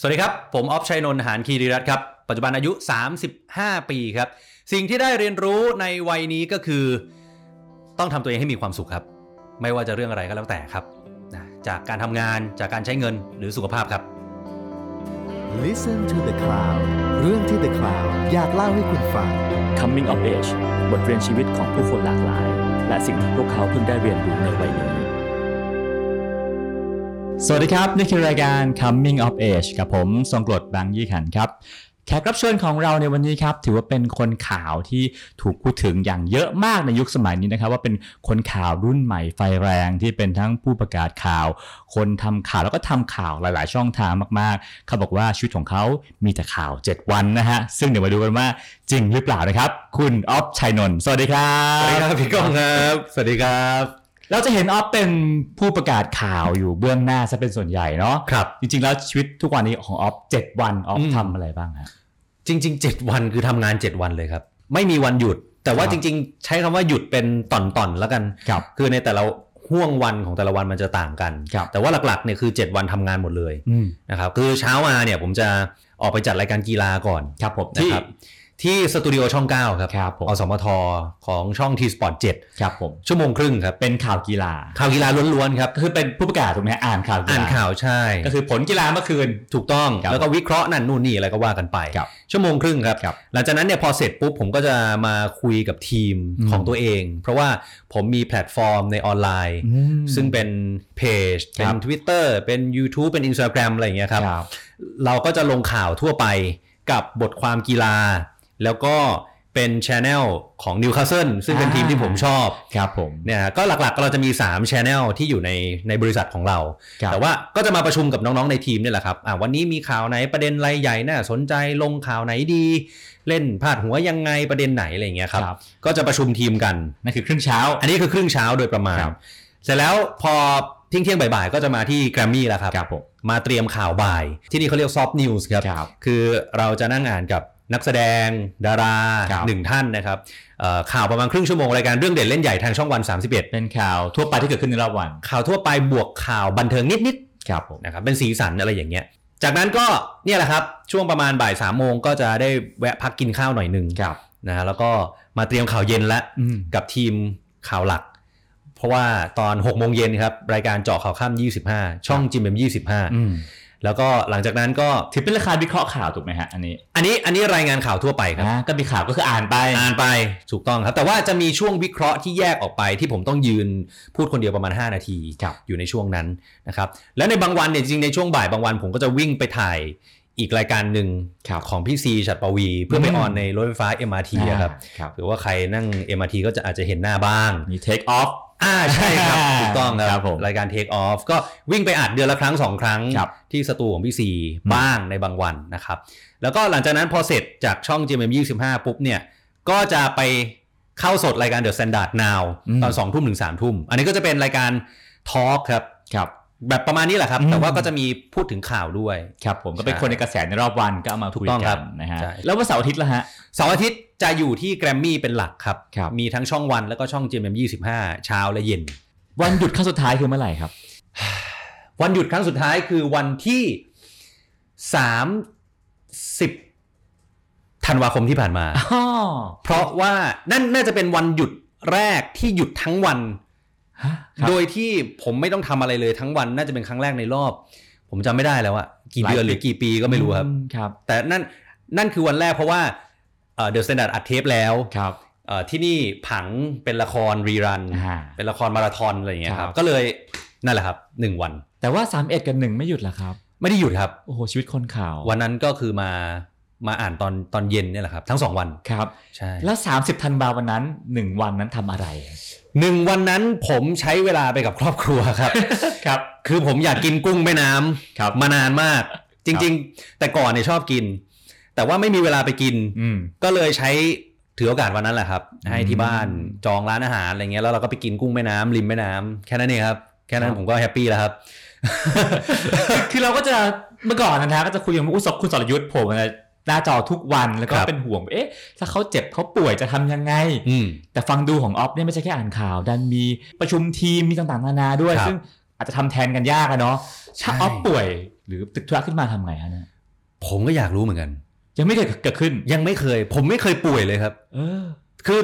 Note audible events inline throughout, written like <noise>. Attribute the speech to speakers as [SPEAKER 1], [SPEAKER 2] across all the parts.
[SPEAKER 1] สวัสดีครับ ผมออฟชัยนนท์หานคีรีรัตน์ครับ ปัจจุบันอายุ 35 ปีครับ สิ่งที่ได้เรียนรู้ในวัยนี้ก็คือ ต้องทำตัวเองให้มีความสุขครับ ไม่ว่าจะเรื่องอะไรก็แล้วแต่ครับนะจากการทำงานจากการใช้เงินหรือสุขภาพครับ
[SPEAKER 2] Listen to the Cloud เรื่องที่ The Cloud อยากเล่าให้คุณฟัง
[SPEAKER 3] Coming of Age บทเรียนชีวิตของผู้คนหลากหลาย และสิ่งที่พวกเขาเพิ่งได้เรียนรู้ในวัยนี้ สวัสดีครับ นี่คือรายการ Coming of Age กับผม ทรงกรดบางยี่ขันครับ แขกรับเชิญของเราในวันนี้ครับ ถือว่าเป็นคนข่าวที่ถูกพูดถึงอย่างเยอะมากในยุคสมัยนี้นะครับ ว่าเป็นคนข่าวรุ่นใหม่ไฟแรงที่เป็นทั้งผู้ประกาศข่าว คนทำข่าวแล้วก็ทำข่าวหลาย ๆ ช่องทางมาก ๆ เขาบอกว่าชีวิตของเขามีแต่ข่าว 7 วันนะฮะ ซึ่งเดี๋ยวมาดูกันว่าจริงหรือเปล่านะครับ คุณออฟชัยนนท์สวัสดีครั
[SPEAKER 1] สวัสดีครับ
[SPEAKER 3] บ
[SPEAKER 1] พี่ก้องครับ สวัสดีครับ
[SPEAKER 3] เราจะเห็นออฟเป็นผู้ประกาศข่าวอยู่เบื้องหน้าซะเป็นส่วนใหญ่เนาะ
[SPEAKER 1] ครับ
[SPEAKER 3] จริงๆ แล้วชีวิตทุกวันนี้ของออฟเจ็ดวันออ
[SPEAKER 1] อื
[SPEAKER 3] ฟ
[SPEAKER 1] ม
[SPEAKER 3] ทำอะไรบ้างฮะ
[SPEAKER 1] จริง ๆ 7 วันคือทำงาน 7 วันเลยครับ ไม่มีวันหยุด แต่ว่า
[SPEAKER 3] ครับ
[SPEAKER 1] จริง ๆ ใช้คำว่าหยุดเป็นตอนๆแล้วกัน
[SPEAKER 3] ครับ
[SPEAKER 1] คือในแต่ละห่วงวันของแต่ละวันมันจะต่างกัน
[SPEAKER 3] ครับ
[SPEAKER 1] แต่ว่าหลักๆเนี่ยคือ 7 วันทำงานหมดเลย
[SPEAKER 3] อืม
[SPEAKER 1] นะครับคือเช้ามาเนี่ยผมจะออกไปจัดรายการกีฬาก่อน
[SPEAKER 3] ครับผม
[SPEAKER 1] นะ
[SPEAKER 3] ที่
[SPEAKER 1] ครับที่สตูดิโอช่อง 9 ครับ
[SPEAKER 3] ครับผม
[SPEAKER 1] อสมทของช่อง T Sport
[SPEAKER 3] ครับผม
[SPEAKER 1] 7 ชั่วโมงครึ่งครับ
[SPEAKER 3] เป็นข่าวกีฬา
[SPEAKER 1] ข่าวกีฬาล้วนๆครับ
[SPEAKER 3] ก็คือเป็นผู้ประกาศถูกไหมฮะอ่านข่าวกี
[SPEAKER 1] อ่าน
[SPEAKER 3] ฬา
[SPEAKER 1] ข่าวใช่
[SPEAKER 3] ก็คือผลกีฬาเมื่อคืน
[SPEAKER 1] ถูกต้อง
[SPEAKER 3] ครับ
[SPEAKER 1] แล้วก็วิเคราะห์นั่นนู่นนี่อะไรก็ว่ากันไป
[SPEAKER 3] ครับ
[SPEAKER 1] ชั่วโมงครึ่งครับ
[SPEAKER 3] ครับ
[SPEAKER 1] หลังจากนั้นเนี่ยพอเสร็จปุ๊บผมก็จะมาคุยกับทีม
[SPEAKER 3] อืม
[SPEAKER 1] ของตัวเอง เพราะว่าผมมีแพลตฟอร์มในออนไลน์
[SPEAKER 3] อืม
[SPEAKER 1] ซึ่งเป็นเพจ
[SPEAKER 3] ครั
[SPEAKER 1] เป็
[SPEAKER 3] บ
[SPEAKER 1] น Twitter เป็น YouTube เป็น Instagram อะไรอย่างเงี้ยครับ
[SPEAKER 3] ครับ
[SPEAKER 1] เราก็จะลงข่าวทั่วไปกับบทความกีฬา แล้วก็เป็นช n e l ของ Newcastle ซึ่งเป็น
[SPEAKER 3] อ่า
[SPEAKER 1] ทีมที่ผมชอบ
[SPEAKER 3] ครับผม
[SPEAKER 1] เนี่ยฮะก็หลักๆเราจะมี3 Channel ที่อยู่ในในบริษัทของเรา
[SPEAKER 3] ครับ
[SPEAKER 1] แต่ว่าก็จะมาประชุมกับน้องๆในทีมเนี่ยแหละครับอ่ะวันนี้มีข่าวไหนประเด็นอะไรใหญ่น่าสนใจลงข่าวไหนดี เล่นพาดหัวยังไงประเด็นไหนอะไรอย่างเงี้ยครับ
[SPEAKER 3] ครับ
[SPEAKER 1] ก็จะประชุมทีมกัน
[SPEAKER 3] นั่นคือครึ่งเช้า
[SPEAKER 1] อันนี้คือครึ่งเช้าโดยประมาณ
[SPEAKER 3] ครับ
[SPEAKER 1] เสร็จแล้วพอเที่ยงเที่ยงๆบ่ายๆ ก็จะมาที่แกรมมี่แล้วครับ
[SPEAKER 3] ครับผม
[SPEAKER 1] มาเตรียมข่าวบ่าย ที่นี่เขาเรียกซอฟต์นิวส์ครับ
[SPEAKER 3] ครับ
[SPEAKER 1] คือเราจะนั่งอ่านกับนักแสดง ดารา
[SPEAKER 3] ครับ
[SPEAKER 1] หนึ่งท่านนะครับเอ่อข่าวประมาณครึ่งชั่วโมงรายการเรื่องเด่นเล่นใหญ่ทางช่องวัน
[SPEAKER 3] เป็นข่าวทั่วไปที่เกิดขึ้นในรอบวัน
[SPEAKER 1] 31 ข่าวทั่วไปบวกข่าวบันเทิงนิด
[SPEAKER 3] ครับผม
[SPEAKER 1] ๆนะครับเป็นสีสันอะไรอย่างเงี้ย จากนั้นก็เนี่ยแหละครับช่วงประมาณบ่ายสามโมงก็จะได้แวะพักกินข้าวหน่อยหนึ่ง
[SPEAKER 3] ครับ
[SPEAKER 1] นะฮะแล้วก็มาเตรียมข่าวเย็นละ
[SPEAKER 3] อืม
[SPEAKER 1] กับทีมข่าวหลัก เพราะว่าตอน 6 โมงเย็นครับ รายการเจาะข่าวข้าม 25 ช่องจิมเบม
[SPEAKER 3] อืม
[SPEAKER 1] 25 แล้วก็หลังจากนั้นก็
[SPEAKER 3] ถือเป็นราคาวิเคราะห์ข่าวถูกไหมฮะอันนี้
[SPEAKER 1] อันนี้อันนี้รายงานข่าวทั่วไปครับ
[SPEAKER 3] อ่าก็มีข่าวก็คืออ่านไป
[SPEAKER 1] อ่านไปถูกต้องครับ แต่ว่าจะมีช่วงวิเคราะห์ที่แยกออกไปที่ผมต้องยืนพูดคนเดียวประมาณ 5 นาที
[SPEAKER 3] ครับ
[SPEAKER 1] อยู่ในช่วงนั้นนะครับ แล้วในบางวันเนี่ยจริงๆในช่วงบ่ายบางวัน ผมก็จะวิ่งไปถ่ายอีกรายการหนึ่ง
[SPEAKER 3] ครับ
[SPEAKER 1] ของพี่ซีฉัดปวี เพื่อไป
[SPEAKER 3] อืม
[SPEAKER 1] ออนในรถไฟฟ้า MRT อะครับ
[SPEAKER 3] อ่าครับ
[SPEAKER 1] หรือว่าใครนั่ง MRT ก็จะอาจจะเห็นหน้าบ้าง
[SPEAKER 3] มี take off
[SPEAKER 1] อ่าใช่
[SPEAKER 3] <laughs>
[SPEAKER 1] ครับ
[SPEAKER 3] อ่า
[SPEAKER 1] ถูกต้องค
[SPEAKER 3] ครั
[SPEAKER 1] รับบ
[SPEAKER 3] ผม
[SPEAKER 1] รายการ Take Off ก็วิ่งไปอัดเดือนละครั้งสองครั้ง
[SPEAKER 3] ครับ
[SPEAKER 1] ที่สตูของพี่ซีบ้างในบางวันนะครับ แล้วก็หลังจากนั้นพอเสร็จจากช่อง GMM25 ปุ๊บเนี่ย ก็จะไปเข้าสดรายการ The Standard Now
[SPEAKER 3] อืม
[SPEAKER 1] ตอนสองทุ่มถึงสามทุ่ม อันนี้ก็จะเป็นรายการทอล์กครับ
[SPEAKER 3] ครับ
[SPEAKER 1] แบบประมาณนี้แหละครับ
[SPEAKER 3] อืม
[SPEAKER 1] แต่ว่าก็จะมีพูดถึงข่าวด้วย
[SPEAKER 3] ครับผมก็เป็น
[SPEAKER 1] ใช่
[SPEAKER 3] คนในกระแสในรอบวันก็เอามา
[SPEAKER 1] ถูก
[SPEAKER 3] คุย
[SPEAKER 1] ต้องค
[SPEAKER 3] กั
[SPEAKER 1] รั
[SPEAKER 3] น
[SPEAKER 1] บ
[SPEAKER 3] นะฮะ
[SPEAKER 1] ใช่
[SPEAKER 3] แล้ววันเสาร์อาทิตย์ละฮะ
[SPEAKER 1] เสาร์อาทิตย์จะอยู่ที่แกรมมี่เป็นหลักครับ
[SPEAKER 3] ครับ
[SPEAKER 1] มีทั้งช่องวันแล้วก็ช่อง GMM25 เช้าและเย็น
[SPEAKER 3] วันหยุดครั้งสุดท้ายคือเมื่อไหร่ครับ
[SPEAKER 1] วันหยุดครั้งสุดท้ายคือวันที่สามสิบธันวาคมที่ผ่านมา
[SPEAKER 3] อ๋อ
[SPEAKER 1] เพราะว่านั่นน่าจะเป็นวันหยุดแรกที่หยุดทั้งวัน
[SPEAKER 3] ฮะครับ
[SPEAKER 1] โดยที่ผมไม่ต้องทำอะไรเลยทั้งวันน่าจะเป็นครั้งแรกในรอบ ผมจำไม่ได้แล้วอะกี่เดือนหรือกี่ปีก็ไม่รู้ครับ
[SPEAKER 3] อืครับ
[SPEAKER 1] แต่นั่นนั่นคือวันแรกเพราะว่าเดอะสแตนดาร์ดอัดเทปแล้ว
[SPEAKER 3] ครับ
[SPEAKER 1] เอ่อที่นี่ผังเป็นละครรีรัน
[SPEAKER 3] อ่า
[SPEAKER 1] เป็นละครมาราธอนอะไรอย่างเงี้ยค
[SPEAKER 3] ครั
[SPEAKER 1] รับ
[SPEAKER 3] บ
[SPEAKER 1] ก็เลยนั่นแหละครับหนึ่งวัน
[SPEAKER 3] แต่ว่า 31 กับ 1 ไม่หยุดเหรอครับ
[SPEAKER 1] ไม่ได้หยุดครับ
[SPEAKER 3] โอ้โห ชีวิตคนข่าว
[SPEAKER 1] วันนั้นก็คือมามาอ่านตอนตอนเย็นเนี่ยแหละครับ ทั้งสองวัน
[SPEAKER 3] ครับ
[SPEAKER 1] ใช่
[SPEAKER 3] แล้ว 30ธันวาวันนั้น 1 วันนั้นทำอะไร
[SPEAKER 1] หนึ่งวันนั้นผมใช้เวลาไปกับครอบครัวครับ
[SPEAKER 3] ครับ
[SPEAKER 1] คือผมอยากกินกุ้งแม่น้ำ
[SPEAKER 3] ครับ
[SPEAKER 1] มานานมาก จริง ๆ แต่ก่อนเนี่ยชอบกิน แต่ว่าไม่มีเวลาไปกิน
[SPEAKER 3] อืม
[SPEAKER 1] ก็เลยใช้ถือโอกาสวันนั้นแหละครับ ให้ที่บ้านจองร้านอาหารอะไรเงี้ยแล้วเราก็ไปกินกุ้งแม่น้ำริมแม่น้ำแค่นั้นเองครับแค่นั้
[SPEAKER 3] คน รับ
[SPEAKER 1] ผมก็แฮปปี้แล้วครับ
[SPEAKER 3] คือเราก็จะเมื่อก่อนนะฮะก็จะคุยกับคุณสบคุณสรยุทธ์โผมหน้าจอทุกวันแล้วก็
[SPEAKER 1] ครับ
[SPEAKER 3] เป็นห่วง เอ๊ะ ถ้าเขาเจ็บเขาป่วยจะทำยังไง
[SPEAKER 1] อืม
[SPEAKER 3] แต่ฟังดูของออฟเนี่ยไม่ใช่แค่อ่านข่าว ดันมีประชุมทีมมีต่างๆนานาด้วย
[SPEAKER 1] ครับ
[SPEAKER 3] ซึ่งอาจจะทำแทนกันยากอะเนาะถ้า
[SPEAKER 1] ใช่
[SPEAKER 3] ออฟป่วย หรือติดธุระขึ้นมาทำไงฮะเนี่ย
[SPEAKER 1] ผมก็อยากรู้เหมือนกัน
[SPEAKER 3] ยังไม่เคยเกิดขึ้น
[SPEAKER 1] ยังไม่เคย ผมไม่เคยป่วยเลยครับ
[SPEAKER 3] เออ
[SPEAKER 1] คือ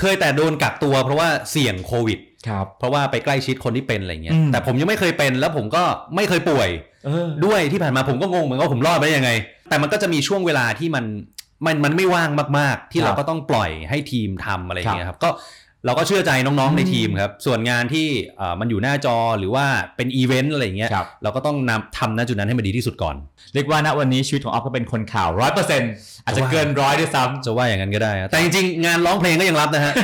[SPEAKER 1] เคยแต่โดนกักตัวเพราะว่าเสี่ยงโควิด
[SPEAKER 3] ครับ
[SPEAKER 1] เพราะว่าไปใกล้ชิดคนที่เป็นอะไรเงี้ย
[SPEAKER 3] อืม
[SPEAKER 1] แต่ผมยังไม่เคยเป็นแล้วผมก็ไม่เคยป่วย
[SPEAKER 3] เออ
[SPEAKER 1] ด้วยที่ผ่านมาผมก็งงเหมือนกันว่าผมรอดไปได้ยังไง แต่มันก็จะมีช่วงเวลาที่มันมันมันไม่ว่างมาก ๆ ที่
[SPEAKER 3] ครับ
[SPEAKER 1] เราก็ต้องปล่อยให้ทีมทำอะไรอย่างเงี้ยครับก็เราก็เชื่อใจน้องๆในทีมครับส่วนงานที่เอ่อมันอยู่หน้าจอหรือว่าเป็นอีเวนต์อะไรอย่างเงี้ย
[SPEAKER 3] ครับ
[SPEAKER 1] เราก็ต้องนำทำณจุดนั้นให้มันดีที่สุดก่อน
[SPEAKER 3] เรียกว่าณวันนี้ชีวิตของออฟก็เป็นคนข่าวร้อยเปอร์เซ็นต์อาจจะ
[SPEAKER 1] ว่า
[SPEAKER 3] เกินร้อยด้วยซ้
[SPEAKER 1] จะว่าอย่างนั้นก็ได้นะแต่จริงๆงานร้องเพลงก็ยังรับนะฮะ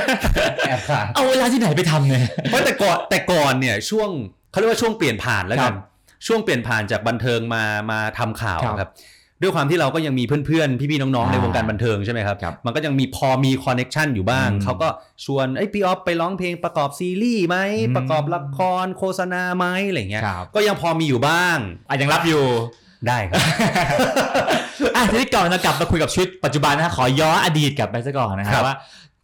[SPEAKER 1] แอบขาด
[SPEAKER 3] ำเอาเวลาที่ไหนไปทำเนี่ย
[SPEAKER 1] เพราะแต่ก่อนแต่ก่อนเนี่ยช่วงเขาเรียกว่าช่วงเปลี่ยนผ่านแล้วกัน
[SPEAKER 3] ครับ
[SPEAKER 1] ช่วงเปลี่ยนผ่านจากบันเทิงมามาทำข่าว
[SPEAKER 3] ครับ
[SPEAKER 1] ครับ ด้วยความที่เราก็ยังมีเพื่อนๆ พี่ๆน้องๆ
[SPEAKER 3] อ่า
[SPEAKER 1] ในวงการบันเทิงใช่ไหมครับ
[SPEAKER 3] ครับ
[SPEAKER 1] มันก็ยังมีพอมีคอนเน็ชันอยู่บ้าง
[SPEAKER 3] อืม
[SPEAKER 1] เขาก็ชวนไอ้ยพี่ออฟไปร้องเพลงประกอบซีรีส์ไหม
[SPEAKER 3] อืม
[SPEAKER 1] ประกอบละครโฆษณาไหมอะไรเงี้ย
[SPEAKER 3] ครับ
[SPEAKER 1] ก็ยังพอมีอยู่
[SPEAKER 3] <laughs>
[SPEAKER 1] บ้าง
[SPEAKER 3] อาจยังรับอยู่
[SPEAKER 1] ได้ครับ
[SPEAKER 3] อ่ะทีนี้ก่อนเรากลับมาคุยกับชีวิตปัจจุบันนะฮะขอย้อนอดีตกลับไปซะก่อนนะค
[SPEAKER 1] ค
[SPEAKER 3] รั
[SPEAKER 1] รั
[SPEAKER 3] บบ ว่า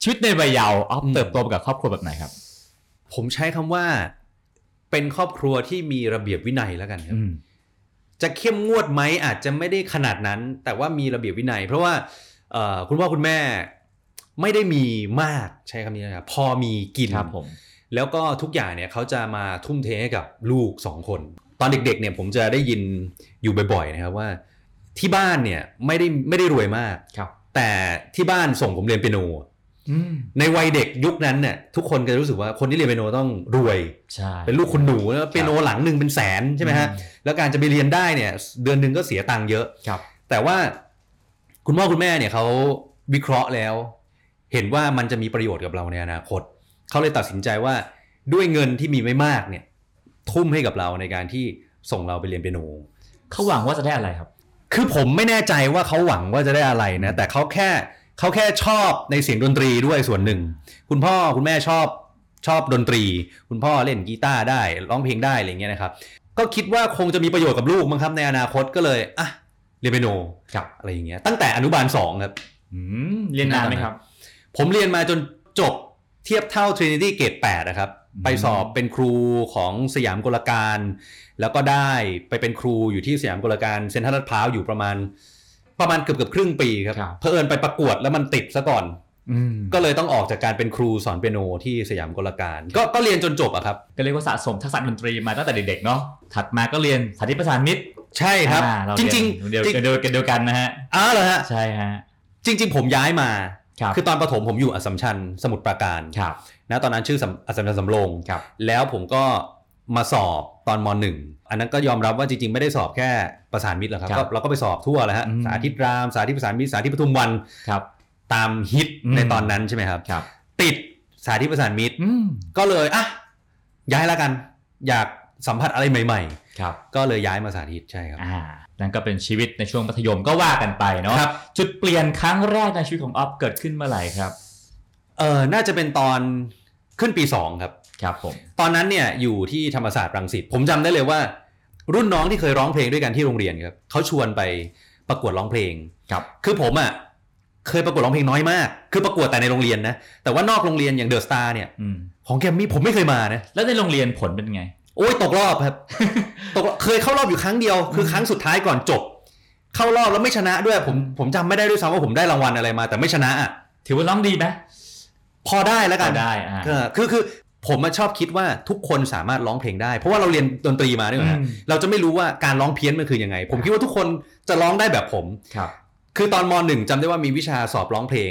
[SPEAKER 3] ชีวิตในวัยเยาว์ออฟ
[SPEAKER 1] อืม
[SPEAKER 3] เติบโตมากับครอบครัวแบบไหนครับ
[SPEAKER 1] ผมใช้คำว่าเป็นครอบครัวที่มีระเบียบวินัยแล้วกันครับ
[SPEAKER 3] อืม
[SPEAKER 1] จะเข้มงวดไหมอาจจะไม่ได้ขนาดนั้น แต่ว่ามีระเบียบวินัย เพราะว่าเอ่อคุณพ่อคุณแม่ไม่ได้มีมากใช้คำนี้นะครับพอมีกิน
[SPEAKER 3] ครับผม
[SPEAKER 1] แล้วก็ทุกอย่างเนี่ยเขาจะมาทุ่มเทให้กับลูกสองคน ตอนเด็กๆเนี่ยผมจะได้ยินอยู่บ่อยๆนะครับว่า ที่บ้านเนี่ยไม่ได้ไม่ได้รวยมาก
[SPEAKER 3] ครับ
[SPEAKER 1] แต่ที่บ้านส่งผมเรียนเปียโน
[SPEAKER 3] อืม
[SPEAKER 1] ในวัยเด็กยุคนั้นเนี่ยทุกคนก็รู้สึกว่าคนที่เรียนเปียโนต้องรวย
[SPEAKER 3] ใช่
[SPEAKER 1] เป็นลูกคุณหนูแล้วเปียโนหลังหนึ่งเป็นแสนใช่ไหมฮะ แล้วการจะไปเรียนได้เนี่ยเดือนหนึ่งก็เสียตังค์เยอะ
[SPEAKER 3] ครับ
[SPEAKER 1] แต่ว่าคุณพ่อคุณแม่เนี่ยเขาวิเคราะห์แล้ว เห็นว่ามันจะมีประโยชน์กับเราในอนาคต เขาเลยตัดสินใจว่าด้วยเงินที่มีไม่มากเนี่ยทุ่มให้กับเราในการที่ส่งเราไปเรียนเปียโน
[SPEAKER 3] เขาหวังว่าจะได้อะไรครับ
[SPEAKER 1] คือผมไม่แน่ใจว่าเขาหวังว่าจะได้อะไรนะ แต่เขาแค่เขาแค่ชอบในเสียงดนตรีด้วยส่วนหนึ่ง คุณพ่อคุณแม่ชอบชอบดนตรี คุณพ่อเล่นกีตาร์ได้ร้องเพลงได้อะไรอย่างเงี้ยนะครับ ก็คิดว่าคงจะมีประโยชน์กับลูกมั้งครับในอนาคตก็เลยอ่ะเรียนเปียโน
[SPEAKER 3] ครับ
[SPEAKER 1] อะไรอย่างเงี้ยตั้งแต่อนุบาลสองครับ
[SPEAKER 3] อืม เรียนนานไหมครับ
[SPEAKER 1] ผมเรียนมาจนจบเทียบเท่า Trinity เกรด8นะครับ
[SPEAKER 3] อืม
[SPEAKER 1] ไปสอบเป็นครูของสยามกลการ แล้วก็ได้ไปเป็นครูอยู่ที่สยามกลการเซ็นทรัลลาดพร้าวอยู่ประมาณ ประมาณเกือบเกือบครึ่งปีครับ
[SPEAKER 3] ครับ
[SPEAKER 1] เพอเอิญไปประกวดแล้วมันติดซะก่อน
[SPEAKER 3] อืม
[SPEAKER 1] ก็เลยต้องออกจากการเป็นครูสอนเปียโนที่สยามกลการ ก็ก็เรียนจนจบอะครับ
[SPEAKER 3] ก็เรียกว่าสะสมทักษะดนตรีมาตั้งแต่เด็กๆเนาะ ถัดมาก็เรียนสาธิตประสานมิตร
[SPEAKER 1] ใช่ครับ
[SPEAKER 3] อ่าเา
[SPEAKER 1] จ
[SPEAKER 3] เยน
[SPEAKER 1] ริง
[SPEAKER 3] เดียว
[SPEAKER 1] จริง
[SPEAKER 3] เดียวกันเดียวกันนะฮะ
[SPEAKER 1] อ้าวเหรอฮะ
[SPEAKER 3] ใช่ฮะ
[SPEAKER 1] จริง ๆ ผมย้ายมา
[SPEAKER 3] ครับ
[SPEAKER 1] คือตอนประถมผมอยู่อัสสัมชัญสมุทรปราการ
[SPEAKER 3] ครับ
[SPEAKER 1] นะตอนนั้นชื่อสำอัสสัมชัญสำโรง
[SPEAKER 3] ครับ
[SPEAKER 1] แล้วผมก็มาสอบตอนมหนึ่งอันนั้นก็ยอมรับว่าจริงๆ ไม่ได้สอบแค่ประสานมิตรหรอกครับ
[SPEAKER 3] ครับ
[SPEAKER 1] ก็เราก็ไปสอบทั่วแล้วฮะ
[SPEAKER 3] อืม
[SPEAKER 1] สาธิตรามสาธิตประสานมิตรสาธิตปทุมวัน
[SPEAKER 3] ครับ
[SPEAKER 1] ตามฮิต
[SPEAKER 3] อืม
[SPEAKER 1] ในตอนนั้นใช่ไหมครับ
[SPEAKER 3] ครับ
[SPEAKER 1] ติดสาธิตประสานมิตร
[SPEAKER 3] อืม
[SPEAKER 1] ก็เลยอ่ะย้ายละกัน อยากสัมผัสอะไรใหม่
[SPEAKER 3] ครับ
[SPEAKER 1] ๆ ก็เลยย้ายมาสาธิตใช่ครับ
[SPEAKER 3] อ่า นั่นก็เป็นชีวิตในช่วงมัธยมก็ว่ากันไปเนาะ
[SPEAKER 1] ครับ
[SPEAKER 3] จุดเปลี่ยนครั้งแรกในชีวิตของออฟเกิดขึ้นเมื่อไหร่ครับ
[SPEAKER 1] เออน่าจะเป็นตอนขึ้นปีสองครับ
[SPEAKER 3] ครับผม
[SPEAKER 1] ตอนนั้นเนี่ยอยู่ที่ธรรมศาสตร์รังสิตผมจำได้เลยว่า รุ่นน้องที่เคยร้องเพลงด้วยกันที่โรงเรียนครับเขาชวนไปประกวดร้องเพลง
[SPEAKER 3] ครับ
[SPEAKER 1] คือผมอ่ะเคยประกวดร้องเพลงน้อยมาก คือประกวดแต่ในโรงเรียนนะ แต่ว่านอกโรงเรียนอย่างเดอะสตาร์เนี่ย
[SPEAKER 3] อืม
[SPEAKER 1] ของแกรมมี่ผมไม่เคยมานะ
[SPEAKER 3] แล้วในโรงเรียนผลเป็นไง
[SPEAKER 1] โอ้ยตกรอบครับ <laughs> ตกรอบเคยเข้ารอบอยู่ครั้งเดียว คือครั้งสุดท้ายก่อนจบ เข้ารอบแล้วไม่ชนะด้วย ผมผมจำไม่ได้ด้วยซ้ำว่าผมได้รางวัลอะไรมา แต่ไม่ชนะอะ
[SPEAKER 3] ถือว่าร้องดีไหม
[SPEAKER 1] พอได้แล้วกัน
[SPEAKER 3] ก็ได้อ่า
[SPEAKER 1] เออคือคือผมอะชอบคิดว่าทุกคนสามารถร้องเพลงได้ เพราะว่าเราเรียนดนตรีมาเนี่ยนะ
[SPEAKER 3] อืม
[SPEAKER 1] เราจะไม่รู้ว่าการร้องเพี้ยนมันคือยังไง ผมคิดว่าทุกคนจะร้องได้แบบผม
[SPEAKER 3] ครับ
[SPEAKER 1] คือตอนมหนึ่งจำได้ว่ามีวิชาสอบร้องเพลง